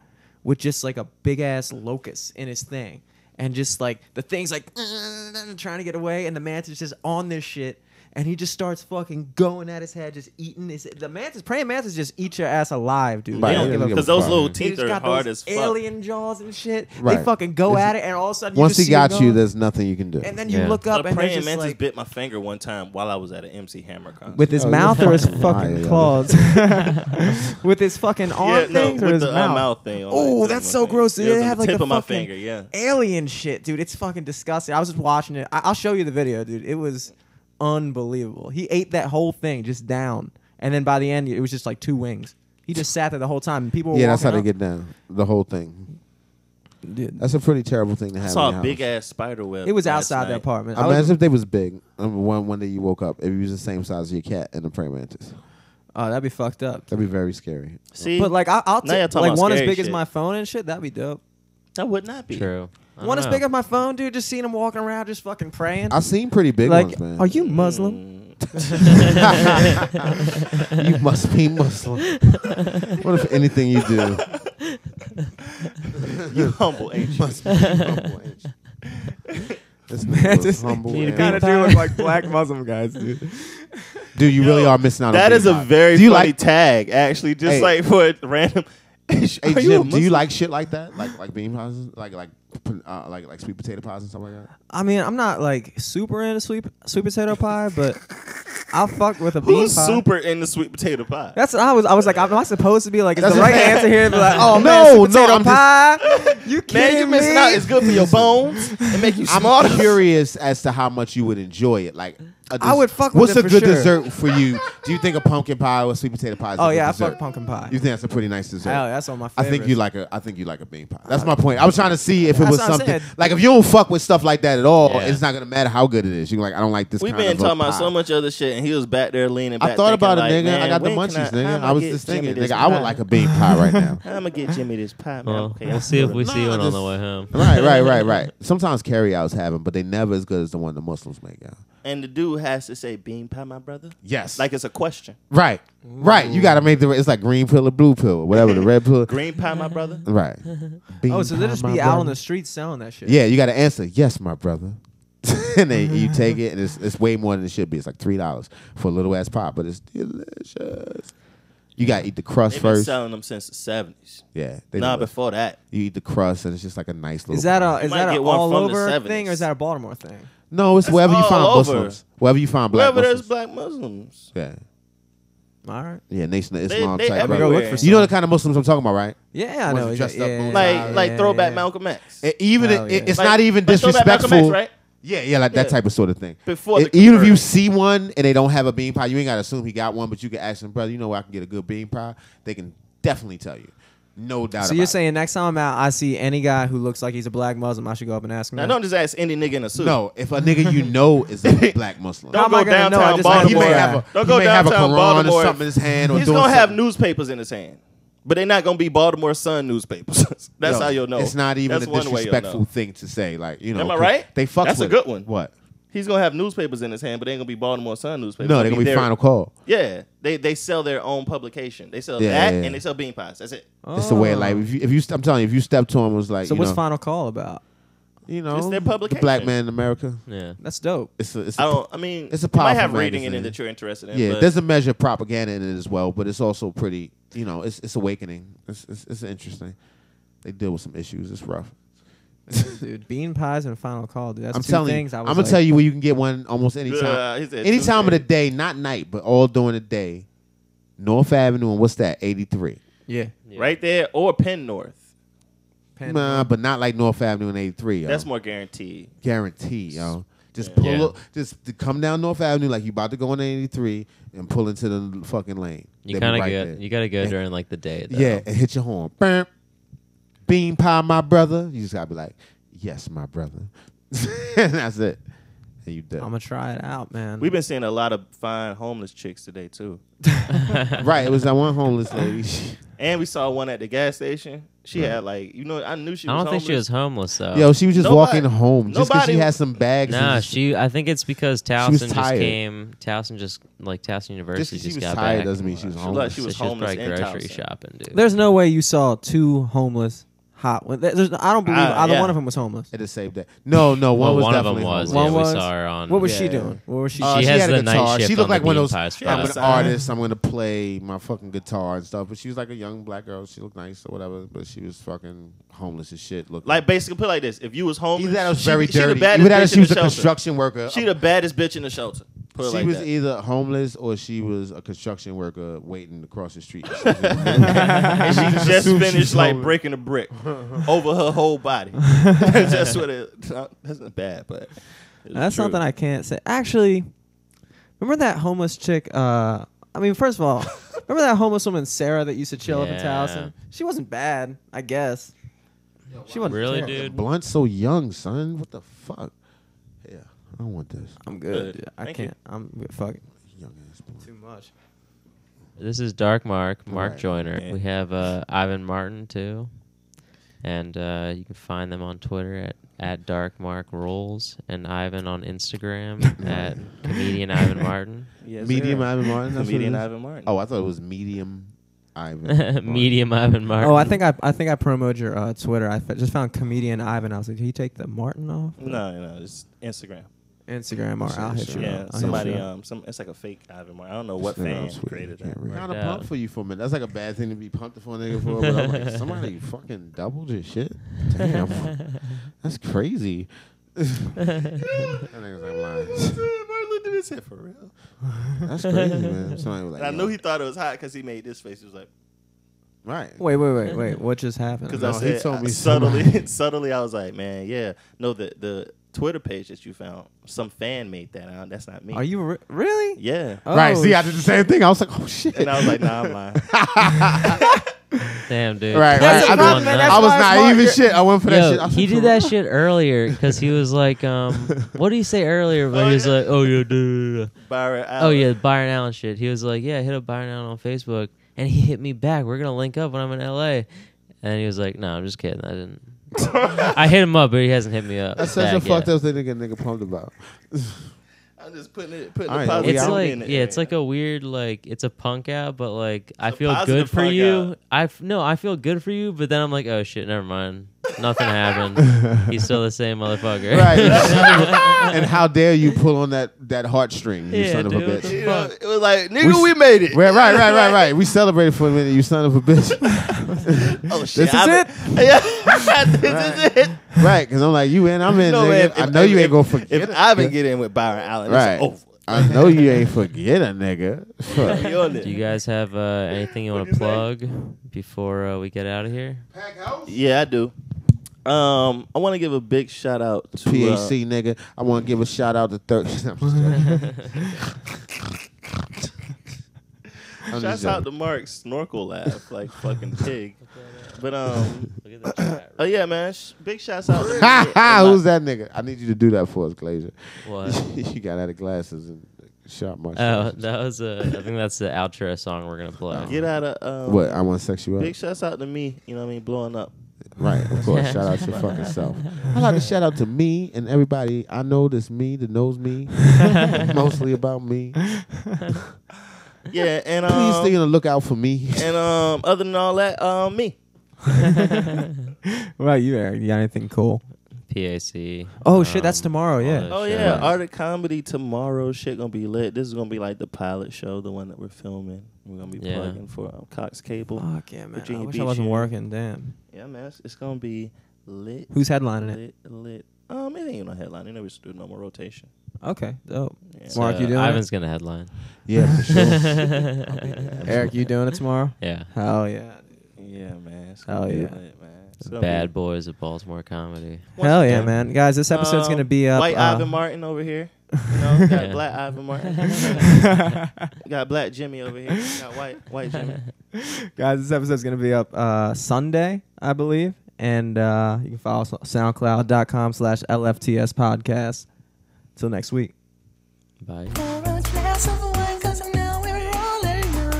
S5: with just like a big ass locust in his thing. And just like the thing's like <laughs> trying to get away, and the mantis just on this shit. And he just starts fucking going at his head, just eating his. The mantis, praying mantis, just eat your ass alive, dude.
S4: Right,
S5: They don't
S4: they
S5: give a
S4: don't
S1: Because those little
S5: They
S1: teeth
S5: just
S1: are
S5: got
S1: hard as
S5: those
S1: fuck.
S5: alien jaws and shit. They
S4: Right.
S5: fucking go
S4: It's-
S5: at it, and all of a sudden, you
S4: Once
S5: just
S4: he
S5: see 'em
S4: got you,
S5: going.
S4: there's nothing you can do.
S5: And then you
S2: Yeah.
S5: look
S1: A
S5: up and there's
S1: praying
S5: just
S1: mantis
S5: like
S1: bit my finger one time while I was at an MC Hammer concert.
S5: with
S4: Oh,
S5: his
S4: you're
S5: mouth
S1: <laughs>
S5: or his
S4: fucking
S5: fucking
S4: lying.
S5: claws, with his fucking arm
S1: yeah, no,
S5: things or
S1: with
S5: his
S1: the uh,
S5: mouth.
S1: thing. on
S5: Oh,
S1: it.
S5: that's
S1: my
S5: so
S1: finger.
S5: gross, dude.
S1: It was
S5: They
S1: on
S5: have,
S1: the
S5: like,
S1: tip
S5: the
S1: of my
S5: fucking-
S1: finger. Yeah.
S5: Alien shit, dude. It's fucking disgusting. I was just watching it. I- I'll show you the video, dude. It was unbelievable. He ate that whole thing just down, and then by the end, it was just like two wings. He just sat there the whole time. And people were
S4: yeah, that's how
S5: walking
S4: they
S5: up.
S4: get down. The whole thing.
S5: Dude,
S4: That's a pretty terrible thing to have.
S1: I
S4: in
S1: saw
S4: your
S1: a big
S4: house.
S1: ass spider web.
S5: It was
S1: last
S5: outside the
S1: night.
S5: apartment. I was-
S4: Imagine if they was big. Um, One one day you woke up, if you was the same size as your cat and a praying mantis,
S5: oh, that'd be fucked up.
S4: that'd be very scary.
S1: See,
S5: But like, I, I'll
S1: Now you're
S5: take
S1: talking
S5: like
S1: about
S5: one as
S1: scary
S5: big as
S1: shit.
S5: my phone and shit. That'd be dope.
S1: that would not be
S2: True. I don't
S5: One as
S2: know.
S5: big as my phone, dude. Just seeing him walking around, just fucking praying.
S4: I've seen pretty big
S5: like,
S4: ones, man.
S5: are you Muslim?
S4: <laughs> you must be Muslim. what if anything you do
S1: You humble, ain't you?
S4: must be humble? This man was
S5: <laughs> Just
S4: Mm, humble.
S2: need to
S4: and-
S2: be
S5: do look like <laughs> black Muslim guys, dude.
S4: Dude, you really are missing out.
S1: That
S4: on
S1: is a
S4: big vibes.
S1: very
S4: Do you
S1: funny
S4: like?
S1: tag, actually. Just
S4: Hey.
S1: like for a random.
S4: Hey
S1: Are you a
S4: Jim, do you
S1: Muslim?
S4: like shit like that? Like like bean pies, and- like like p- uh, like like sweet potato pies and stuff like that.
S5: I mean, I'm not like super into sweet sweet potato pie, but I'll fuck with a bean
S1: Who's
S5: pie.
S1: super in the sweet potato pie?
S5: That's what I was. I was like, am I supposed to be like, is
S4: That's
S5: the right
S4: what-
S5: answer here? Be like,
S4: No,
S5: oh man,
S4: no,
S5: sweet potato
S4: I'm just-
S5: pie. you
S1: Man,
S5: kidding
S1: you
S5: me?
S1: missing out. It's good for your bones and make you
S4: I'm
S1: smarter.
S4: curious as to how much you would enjoy it. Like a
S5: I would fuck with
S4: What's
S5: it
S4: a
S5: for
S4: good
S5: sure.
S4: dessert for you? Do you think a pumpkin pie or sweet potato pie? Is a
S5: Oh
S4: good
S5: yeah, I
S4: dessert?
S5: fuck pumpkin pie.
S4: You think that's a pretty nice dessert?
S5: Hell, that's one of my
S4: I
S5: favorites.
S4: think you like a. I think you like a bean pie. That's my point. I was trying to see if it
S5: That's
S4: was
S5: what I'm
S4: something
S5: saying.
S4: like if you don't fuck with stuff like that at all,
S2: Yeah.
S4: it's not gonna matter how good it is. You're like, I don't like this.
S1: We've
S4: kind
S1: been
S4: of a
S1: talking about
S4: pie.
S1: so much other shit, and he was back there leaning back.
S4: I thought about it,
S1: thinking,
S4: nigga.
S1: like,
S4: I got the
S1: man, when can
S4: munchies,
S1: how
S4: nigga.
S1: am
S4: I was
S1: get
S4: just
S1: Jimmy
S4: thinking,
S1: this
S4: nigga, I would
S1: pie?
S4: like a bean pie
S1: <laughs>
S4: right now.
S1: I'm gonna get Jimmy this pie, man.
S2: Well,
S1: okay,
S2: we'll
S1: I'm
S2: see if
S1: good.
S2: we see
S4: Nah,
S2: one on the
S4: this-
S2: way home.
S4: right, right, right, right. Sometimes carryouts have them, but they never as good as the one the Muslims make. out.
S1: And the dude has to say bean pie, my brother.
S4: Yes,
S1: Like it's a question.
S4: right, right. You got to make the. It's like green pill or blue pill, or whatever the red pill.
S1: Green pie, my brother.
S4: Right.
S5: <laughs> Oh,
S4: Bean
S5: so they
S4: pie,
S5: just
S4: my
S5: be out on
S4: brother.
S5: the streets selling that shit.
S4: Yeah, you got to answer yes, my brother. <laughs> and they, you
S5: <laughs>
S4: take it, and it's, it's way more than it should be. It's like three dollars for a little ass pop, but it's delicious. You gotta eat the crust
S1: They've been
S4: first.
S1: selling them since the seventies.
S4: Yeah, they
S1: uh, Nah,
S4: do it.
S1: before that.
S4: you eat the crust, and it's just like a nice little.
S5: Is that
S4: pie.
S5: a is
S1: might
S5: that an
S1: get one
S5: all
S1: from the
S5: over
S1: 70s.
S5: thing or is that a Baltimore thing?
S4: no? It's wherever you
S1: all
S4: find
S1: over.
S4: Muslims, wherever you find black
S1: Wherever there's
S4: Muslims.
S1: black Muslims.
S4: yeah,
S5: All right.
S4: yeah, Nation of
S1: They-
S4: Islam
S1: they
S4: type.
S5: I'm gonna go
S4: brother.
S5: look
S1: everywhere.
S5: for some.
S4: You know the kind of Muslims I'm talking about, right?
S5: Yeah, I
S4: Ones
S5: know.
S4: that
S5: Yeah,
S4: dressed up
S5: yeah,
S4: moon
S1: Like
S5: yeah,
S1: like
S5: yeah,
S1: throwback
S5: yeah.
S1: Malcolm X.
S4: E- even
S5: Hell
S4: it- it-
S5: yeah.
S4: it's
S1: Like,
S4: not even
S1: like throwback Malcolm
S4: disrespectful.
S1: X, right?
S4: Yeah, yeah, like that
S1: Yeah.
S4: type of sort of thing.
S1: Before
S4: E-
S1: the
S4: even if you
S1: conversion.
S4: see one and they don't have a bean pie, you ain't gotta assume he got one, but you can ask them, brother. You know where I can get a good bean pie? They can definitely tell you, no doubt.
S5: So you're
S4: about it.
S5: saying next time I'm out, I see any guy who looks like he's a black Muslim, I should go up and ask him.
S1: Now
S5: that?
S1: don't just ask any nigga in a suit.
S4: no? If a nigga you know is
S1: <laughs>
S4: a black Muslim,
S1: Don't
S5: How am I
S1: go
S5: gonna know? I
S1: downtown
S5: just
S4: Like, he
S1: Baltimore.
S4: may
S5: Baltimore.
S4: have a,
S1: Don't
S4: he
S1: go
S4: may have a
S1: downtown
S4: Quran or
S1: Baltimore.
S4: something in his hand, or
S1: He's
S4: doing
S1: gonna have
S4: something.
S1: newspapers in his hand, but they're not gonna be Baltimore Sun newspapers. <laughs> That's
S4: Yo,
S1: how you'll know.
S4: It's not even
S1: That's
S4: a
S1: one way you'll
S4: disrespectful
S1: know.
S4: thing to say. Like you know,
S1: Am I
S4: 'cause
S1: right?
S4: They fuck.
S1: That's a
S4: with
S1: good
S4: it.
S1: one.
S4: What?
S1: He's gonna have newspapers in his hand, but they ain't gonna be Baltimore Sun newspapers.
S4: No,
S1: It's
S4: they're gonna be
S1: their-
S4: final call.
S1: Yeah, they they sell their own publication. They sell
S4: Yeah,
S1: that
S4: yeah, yeah.
S1: and they sell bean pies. That's it.
S4: It's the way.
S5: Oh.
S4: Like if you, if you, I'm telling you, if you step to him, it was like,
S5: So
S4: you
S5: what's
S4: know,
S5: final call about?
S4: You know,
S1: It's their
S4: the
S1: publication.
S4: black man in America.
S2: Yeah.
S5: That's
S4: <laughs>
S5: dope.
S4: It's a, it's a,
S1: I don't. I mean,
S4: It's a
S1: you might
S4: powerful
S1: have reading in it
S4: magazine.
S1: that you're interested in.
S4: yeah.
S1: but
S4: There's a measure of propaganda in it as well, but it's also pretty. You know, it's it's awakening. It's it's, it's interesting. They deal with some issues. It's rough.
S5: Dude, bean pies and final call, dude. That's
S4: I'm
S5: two
S4: telling
S5: things
S4: you.
S5: I
S4: I'm
S5: was
S4: gonna
S5: like,
S4: tell you where you can get one almost any
S1: Uh,
S4: time,
S1: he said
S4: any
S1: two
S4: time of the
S1: things.
S4: day, not night, but all during the day. North Avenue and what's that? 83.
S5: Yeah.
S1: right there or Penn North.
S5: Pan-
S4: Nah, but not like North Avenue and 83. Yo.
S1: That's more guaranteed.
S4: guarantee, yo. Just pull
S2: Yeah.
S4: up, just to come down North Avenue like you about to go on 83 and pull into the fucking lane. They
S2: You
S4: be
S2: kind of
S4: right
S2: go.
S4: there.
S2: You gotta go during like the day. Though.
S4: Yeah, and hit your horn. Bam. Bean pie, my brother. You just gotta be like, yes, my brother. <laughs> and that's it. And you done.
S5: I'm gonna try it out, man.
S1: We've been seeing a lot of fine homeless chicks today too,
S4: right, it was that
S2: <laughs>
S4: one homeless lady.
S1: and we saw one at the gas station. She had like, you know, I knew she.
S2: I
S1: was
S2: don't think she was
S1: homeless.
S2: homeless though.
S4: Yo, she was just
S1: Nobody-
S4: walking home just because she
S1: nobody-
S4: had some bags. and
S2: Oh. Nah,
S4: just-
S2: she. I think it's because
S4: was
S2: Towson just
S4: tired.
S2: came. Towson just like Towson
S4: just
S2: University
S4: 'cause
S2: just,
S4: she was
S2: got
S4: tired
S2: back.
S4: doesn't mean she was
S1: She
S4: homeless.
S1: looked- she
S2: So
S1: was
S2: she was
S1: homeless
S2: probably
S1: in
S2: grocery
S1: Towson.
S2: shopping, dude.
S5: There's no way you saw two homeless hot. wo- there- There's, I don't believe
S1: Ah,
S5: either
S1: yeah.
S5: one of them was homeless.
S4: At the same day. No, no, one
S2: well,
S4: was
S2: one of
S4: definitely
S2: them was.
S4: homeless.
S5: One
S2: yeah,
S5: was-
S2: we saw her on.
S5: What was
S2: yeah.
S5: she
S4: Yeah.
S5: doing? What was she?
S4: Uh,
S2: She
S5: she
S2: has
S4: had a
S2: the night
S4: guitar.
S2: shift
S4: she
S2: on
S4: looked
S2: the
S4: like one of
S2: Bean Pies
S4: those. I'm an
S5: Fest.
S4: artist. I'm going to play my fucking guitar and stuff. But she was like a young black girl. She looked nice or whatever. But she was fucking homeless as shit. Looked
S1: Like basically put it like this: if you was homeless,
S4: either that was
S1: she-
S4: very
S1: she,
S4: dirty.
S1: The baddest
S4: Either that or
S1: bitch
S4: she was
S1: in the
S4: a
S1: shelter.
S4: construction worker.
S1: She the baddest bitch in the shelter. Put it
S4: She
S1: like
S4: was
S1: that.
S4: either homeless or she was a construction worker waiting to cross the street.
S1: <laughs> and she just
S4: Assume <laughs> she's
S1: finished like
S4: homeless.
S1: breaking a
S4: <laughs>
S1: brick over her whole body. that's what it. That's not bad, but it's
S5: That's
S1: true.
S5: something I can't say. Actually, remember that homeless chick? Uh, I mean, first of all, remember that homeless woman Sarah that used to chill
S2: Yeah.
S5: up in Towson? She wasn't bad, I guess. She wasn't
S2: Really,
S5: terrible.
S2: dude?
S4: Blunt so young, son. What the fuck? Yeah, I don't want this
S5: I'm good.
S1: Good.
S5: dude. I
S1: Thank you.
S5: can't. I'm good. Fuck it.
S4: young ass. Blunt.
S5: Too much.
S2: This is Dark Mark, Mark
S4: Right.
S2: Joyner.
S1: Yeah.
S2: We have uh, Ivan Martin too, and uh, you can find them on Twitter at at Dark Mark Rules and Ivan on
S4: <laughs>
S2: Instagram at comedian Ivan Martin. <laughs>
S1: Yes,
S4: Medium
S1: sir.
S4: Ivan Martin. that's what it
S1: Comedian
S4: is?
S1: Ivan Martin.
S4: Oh, I thought it was medium
S1: <laughs>
S4: Ivan. Martin.
S2: Medium Ivan Martin.
S5: Oh, I think I I think I promoted your uh, Twitter. I f- just found comedian Ivan. I was like, did he take the Martin off?
S1: No, no, it's Instagram.
S5: Instagram or
S4: Sure,
S5: I'll hit
S4: Oh, sure.
S5: you.
S1: Yeah,
S5: up. I'll hit
S1: somebody.
S5: you up.
S1: Um, some. It's like a fake Ivan Martin. I don't know what
S4: Shit, I
S1: fan
S4: was weird.
S1: created
S4: Can't
S1: that.
S4: read. <laughs>
S2: Right.
S4: Kind of
S2: Yeah.
S4: pumped for you for a minute. That's like a bad thing to be pumped for a nigga for. But I'm like,
S1: <laughs>
S4: somebody fucking doubled his shit. Damn,
S1: <laughs>
S4: that's crazy. that nigga's like lying.
S1: for real.
S4: That's crazy, man. Somebody was
S1: And <laughs>
S4: like,
S1: I
S4: yo.
S1: knew he thought it was hot because he made this face. He was like, uh,
S4: right.
S5: Wait, wait,
S1: <laughs>
S5: wait, wait. What just happened?
S1: because
S4: No,
S1: I
S4: he
S1: said
S4: told
S1: <laughs> I-
S4: me so.
S1: subtly, subtly, I was like, man, yeah, no, the the Twitter page that you found. Some fan made that. Uh, that's not me.
S5: Are you re- really?
S1: Yeah.
S4: right.
S5: Oh,
S4: See, I did the same thing. I was like, oh shit.
S1: And I was like, nah, I'm lying.
S2: Damn, dude.
S4: <laughs> right,
S5: That's
S4: right.
S5: a
S4: I,
S2: Come
S5: problem,
S2: on, now.
S5: man. That's
S4: I was
S5: why it's
S4: naive
S5: hard.
S4: as shit. I went for that
S2: Yo,
S4: shit. I was
S2: he
S4: like,
S2: did that shit earlier because he was like,
S4: <laughs>
S2: um, what do you say earlier? But he was like, oh yeah, duh, duh, duh, duh."
S1: Byron
S2: oh
S1: Allen.
S2: yeah, Byron Allen shit. He was like, yeah, hit up Byron Allen on Facebook, and he hit me back. We're gonna link up when I'm in LA, and he was like, no, I'm just kidding. I didn't. I hit him up, but he hasn't hit me up.
S4: That's such a
S2: back yet.
S4: fucked up thing to get nigga pumped about.
S1: <laughs> I'm just putting it, putting
S4: All
S1: the
S4: right,
S1: positivity
S2: It's
S4: Yeah, I'm
S2: like
S1: in the
S2: yeah,
S1: air.
S2: it's like a weird like it's a punk out, but like I
S1: a
S2: feel
S1: positive
S2: good for
S1: punk
S2: you.
S1: out.
S2: I f- no, I feel good for you, but then I'm like, oh shit, never mind, nothing happened. He's still the same motherfucker.
S1: <laughs>
S4: <laughs> Right. and how dare you pull on that that heartstring, you
S2: Yeah,
S4: son of
S2: dude,
S4: a
S2: what the
S4: bitch.
S1: <laughs> You know,
S2: fuck?
S1: it was like,
S4: We
S1: nigga,
S4: s-
S1: we, made it.
S4: Right, right,
S2: <laughs>
S4: right, right, right. We celebrated for a minute, you son of a bitch.
S1: <laughs> Oh shit!
S4: is
S1: I- <laughs> Yeah, this is it.
S4: right, because I'm like, you in, I'm in.
S1: No,
S4: nigga.
S1: man,
S4: I
S1: if-
S4: know you
S1: if-
S4: ain't gonna forget.
S1: If Ivan get in with Byron Allen,
S4: right. <laughs>
S1: it's over.
S4: I know you ain't forget
S1: <laughs>
S4: a nigga. Fuck.
S1: You're on it.
S2: <laughs> Do you guys have uh, anything you want to plug before uh, we get out of here? <laughs>
S1: Yeah, I do. Um, I want to give a big shout out to uh,
S4: PAC nigga. I want to give a shout out to third. <laughs> I'm just
S1: <laughs>
S4: joking. I'm just
S1: Shouts out
S4: joking. <laughs>
S1: to Mark Snorkel laugh like fucking pig. But um,
S2: Look at the chat.
S1: oh yeah, man, sh- big shouts out.
S4: <laughs>
S1: To
S4: Ha ha! Who's that nigga? I need you to do that for us, Glazer.
S2: What?
S4: <laughs>
S5: <laughs>
S4: you got out of glasses and shot my.
S2: Oh,
S4: shot.
S2: that was uh, I think that's the outro song we're gonna play.
S1: Get out of um,
S4: What? I want to sex you up.
S1: Big shouts out to me. You know what I mean? Blowing
S5: <laughs>
S1: up.
S4: Right, <laughs> of course.
S1: <laughs>
S4: shout out your
S2: <laughs>
S4: fucking self. I like to shout out to me and everybody I know that's me that
S1: <laughs>
S4: knows me, mostly about me.
S1: Yeah, and
S4: Please
S1: um,
S4: stay on the lookout for me.
S1: <laughs> and um, other than all that, um, me. <laughs>
S5: <laughs> What about you, Eric? You got anything cool?
S2: PAC.
S5: Oh shit, that's
S2: um,
S5: tomorrow.
S2: all
S5: Yeah.
S2: that
S1: Oh
S2: shit.
S1: yeah, art of comedy tomorrow. Shit gonna be lit. This is gonna be like the pilot show, the one that we're filming. We're gonna be
S2: Yeah.
S1: plugging for um, Cox Cable.
S5: Fuck yeah, man. I
S1: Virginia
S5: wish I
S1: Beach,
S5: wasn't
S1: yeah.
S5: working. Damn.
S1: Yeah, man, it's, it's gonna be lit.
S5: Who's headlining it?
S1: lit, lit. Um, it ain't no headline. You know, we just do normal rotation.
S5: Okay. Dope.
S1: Yeah.
S2: So,
S5: Mark, you doing?
S2: Ivan's
S5: it?
S2: gonna headline.
S4: Yeah, for
S2: <laughs>
S4: sure.
S5: Eric, you <laughs> doing it tomorrow?
S2: Yeah.
S5: Hell yeah.
S1: Yeah, man. It's
S5: Hell
S1: gonna be
S5: yeah.
S1: lit, man. It's gonna be-
S2: Bad Boys of Baltimore comedy.
S1: Once
S5: Hell yeah,
S1: again,
S5: man. Guys, this episode's
S1: um,
S5: gonna be up.
S1: White
S5: uh,
S1: Ivan Martin over
S5: <laughs>
S1: here. You know, got
S2: Yeah.
S1: black Ivan Martin. got black Jimmy over here. Got white white Jimmy.
S5: <laughs> Guys, this episode's going to be up uh, Sunday, I believe. And uh, you can follow us on soundcloud.com slash LFTS podcast. Till next week.
S2: Bye.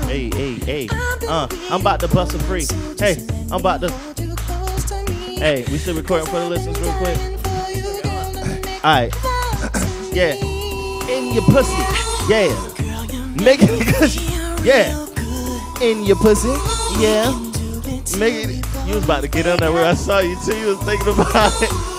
S1: Hey, hey, hey. Uh, I'm about to bust a free. Hey, I'm about to. Hey, we still recording for the listeners real quick. All right. <coughs> Yeah. In your pussy. Yeah. Make it <laughs> good. Yeah. In your pussy. Yeah. Make it. You was about to get on that where I saw you too. You was thinking about it.